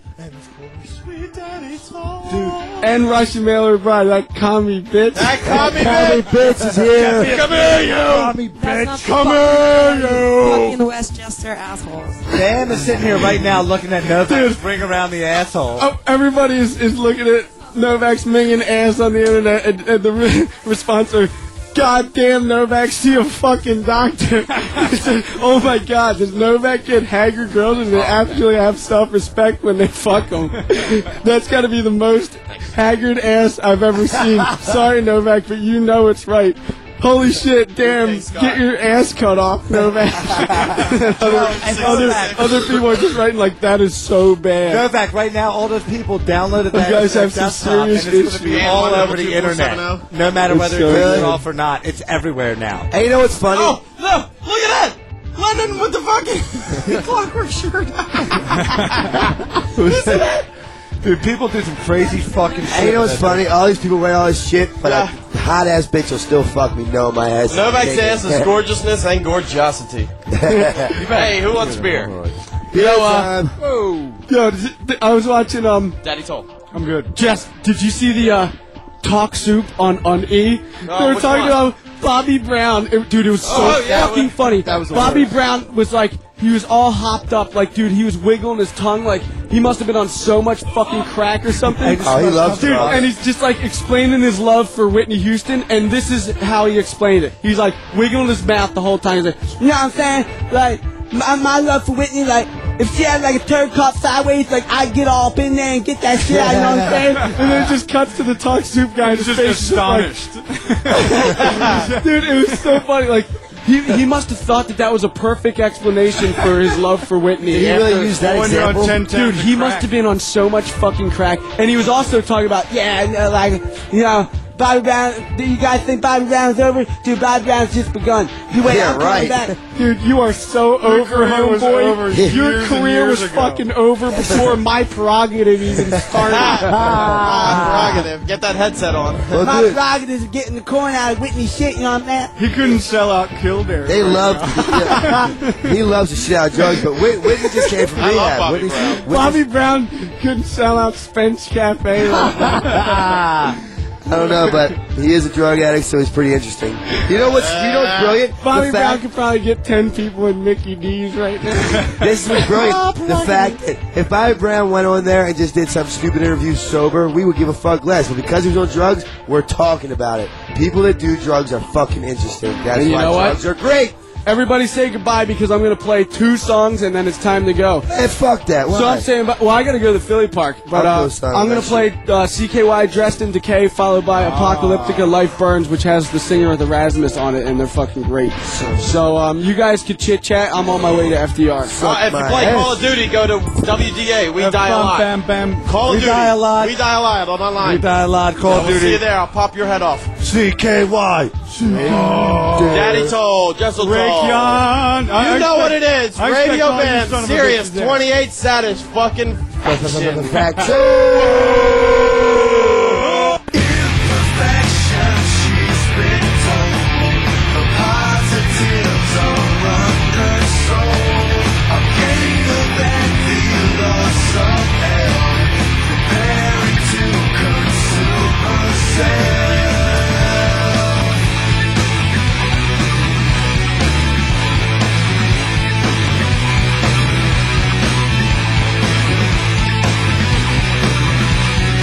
S8: And Russian Mailer Bride, that commie bitch. That
S9: commie
S8: bitch is here.
S9: Come here, you.
S8: bitch. Come here, you.
S32: Fucking Westchester assholes.
S23: Bam is sitting here right now looking at nothing. Bring around the asshole.
S8: Oh, everybody is, is looking at Novak's minging ass on the internet, and, and the re- response are, God damn, Novak, see a fucking doctor. It's like, oh my god, does Novak get haggard girls and they actually have self respect when they fuck them? That's gotta be the most haggard ass I've ever seen. Sorry, Novak, but you know it's right. Holy shit, damn, get your ass cut off, Novak. other, other, other people are just writing like, that is so bad.
S23: Novak, right now, all those people downloaded
S8: You
S23: that
S8: guys have some
S23: desktop,
S8: serious
S23: and it's going to be
S8: issues.
S23: all
S9: oh
S8: Yeah,
S23: over the
S8: 11270.
S23: internet. No matter
S8: It's
S23: whether
S8: so
S23: it's
S8: good.
S23: off or not, it's everywhere now.
S5: Hey, you know what's funny?
S9: Oh, look, look at that. Lennon with the fucking clockwork shirt.
S23: Dude, people do some crazy fucking shit.
S5: Hey, you know what's
S23: with that
S5: funny? All these people wear all this shit, but a hot ass bitch will still fuck me. No, my ass.
S9: Novak's ass is gorgeousness and gorgeosity. hey, who wants beer?
S8: You know,
S5: um,
S9: uh,
S8: whoa. Yo, did you- th- I was watching, um,
S9: Daddy told.
S8: I'm good. Jess, did you see the uh, talk soup on on E? they
S9: No,
S8: were
S9: which
S8: talking
S9: one?
S8: about Bobby Brown. It- dude, it was so
S9: Oh, yeah,
S8: fucking
S9: what-
S8: funny.
S9: that was the
S8: Bobby
S9: worst.
S8: Brown was like he was all hopped up. Like, dude, he was wiggling his tongue. Like he must have been on so much fucking crack or something.
S5: Oh, he loves
S8: dude.
S5: drugs.
S8: And he's just like explaining his love for Whitney Houston, and this is how he explained it. He's like wiggling his mouth the whole time. He's like,
S6: You know what I'm saying? Like, my, my love for Whitney, like, if she had like a third cup sideways, like, I'd get all up in there and get that shit out, you know what I'm saying?
S8: and then it just cuts to the talk soup guy. and his
S22: just
S8: face is like-
S22: astonished.
S8: Dude, it was so funny. Like he, he must have thought that that was a perfect explanation for his love for Whitney.
S5: Did he really
S8: After-
S5: use that When you're on example? 10,
S8: Dude, he must have been on so much fucking crack.
S6: And he was also talking about, yeah, no, like, you know, Bobby Brown, do you guys think Bobby Brown's over? Dude, Bobby Brown's just begun. You wait,
S8: Yeah,
S6: I'm coming
S8: right.
S6: back.
S8: Dude, you are so
S6: Your
S8: over,
S6: career was
S8: homeboy.
S6: over
S8: Your
S6: years and
S8: career
S6: years
S8: was
S6: ago.
S8: fucking over before my prerogative even started.
S9: Prerogative. Get that headset on.
S6: My prerogative is getting the corn out of Whitney's shit, you know what I'm
S8: He couldn't sell out Kildare.
S5: They love. he loves the shit out of drugs, but Whit- Whitney just came from
S8: I love
S5: rehab.
S8: Bobby
S5: Whitney's- Whitney's-
S8: Bobby Brown couldn't sell out Spence Cafe.
S5: I don't know, but he is a drug addict, so he's pretty interesting. You know what's you know what's brilliant?
S8: Bobby
S5: the
S8: Brown
S5: fact,
S8: could probably get ten people in Mickey D's right now.
S5: this is what's brilliant. The fact that if Bobby Brown went on there and just did some stupid interview sober, we would give a fuck less. But because he was on drugs, we're talking about it. People that do drugs are fucking interesting. That's
S8: And you
S5: why
S8: know what?
S5: drugs are great.
S8: Everybody say goodbye because I'm gonna play two songs and then it's time to go.
S5: Man, fuck that.
S8: So
S5: Why?
S8: I'm saying, but- well, I gotta go to Philly Park, but
S5: I'll
S8: uh,
S5: go sign
S8: I'm gonna
S5: that Ah.
S8: play uh, CKY Dressed in Decay, followed by Apocalyptica Life Burns, which has the singer of the Rasmus on it, and they're fucking great. So um, you guys could chit chat. I'm on my way to FDR.
S9: Uh, if you play Call of Duty, go to WDA. We die
S8: bam,
S9: alive.
S8: bam, bam.
S9: Call of
S8: We
S9: Duty.
S8: die alive.
S9: We die alive on online.
S8: We die alive, Call of
S9: We'll
S8: Duty.
S9: see you there. I'll pop your head off.
S5: CKY.
S9: Daddy told. Jessel told.
S22: Raytheon. I
S9: You know
S22: expect-
S9: what it is.
S22: I expect
S9: Radio
S22: all you
S9: Band.
S22: son of a
S9: Serious.
S22: bitches there.
S9: 28 Sadish. Fucking.
S4: Thank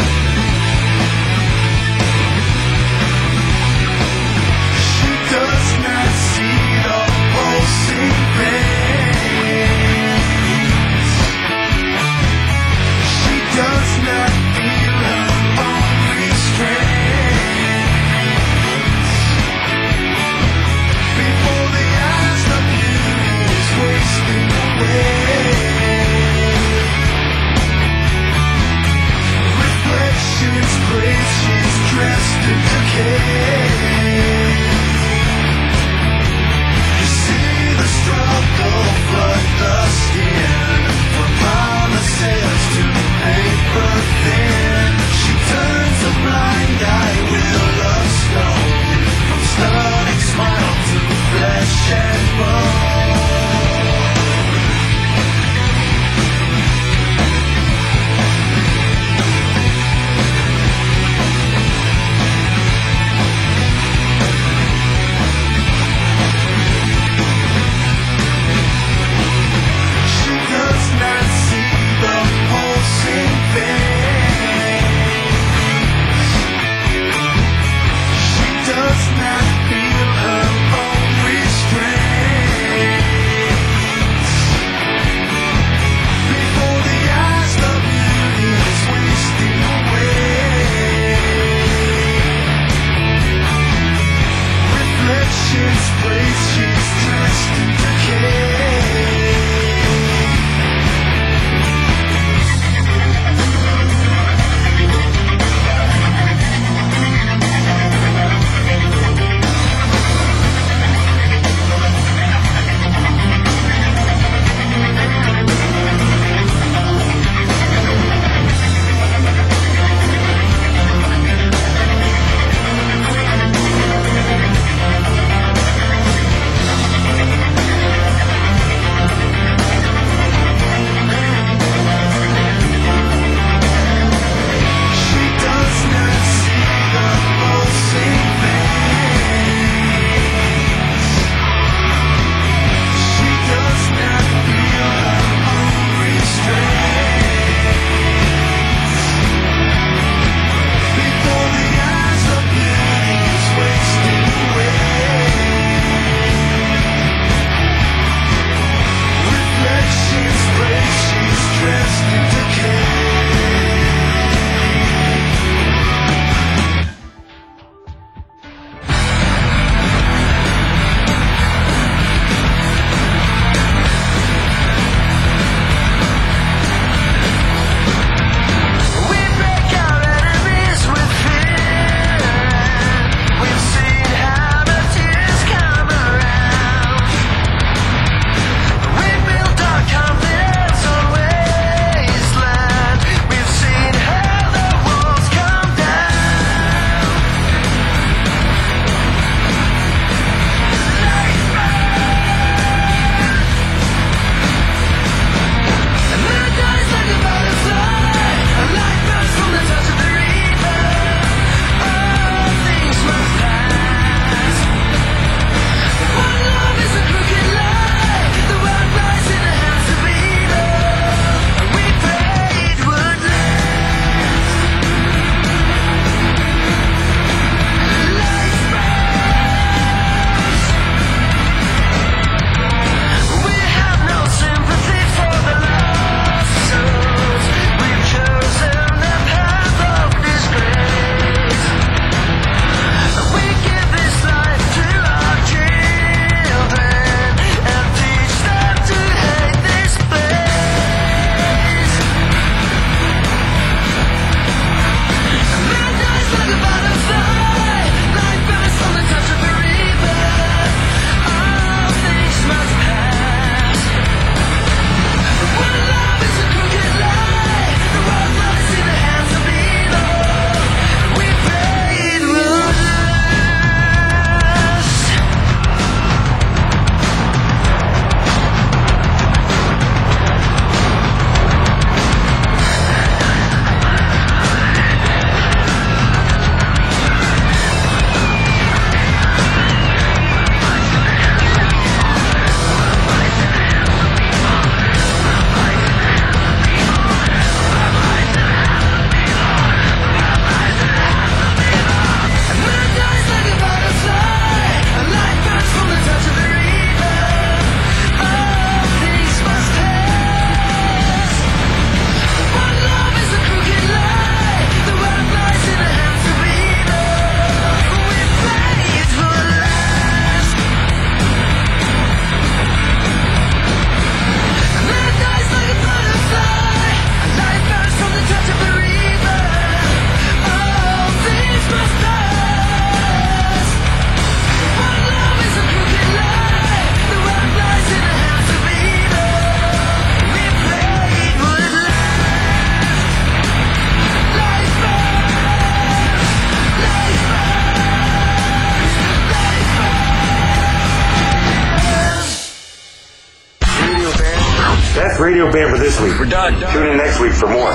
S31: That's Radio Band for this week. We're
S1: done.
S31: Tune in next week for more.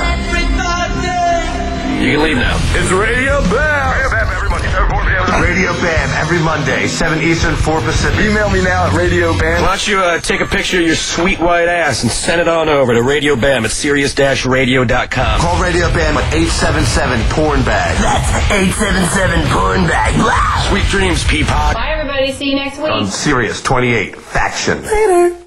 S1: You can leave now.
S2: It's Radio Bam. Radio Bam every Monday, 7 4 p.m. Radio Bam every Monday, 7 Eastern, 4 Pacific. Email me now at Radio Bam.
S1: Why don't you uh, take a picture of your sweet white ass and send it on over to Radio Bam at serious-radio.com.
S2: Call Radio Bam at 877 Porn Bag. That's 877 Porn Bag. Blah.
S1: Sweet dreams, Peapod.
S14: Bye, everybody. See you next week.
S2: On Sirius 28 Faction.
S14: Later.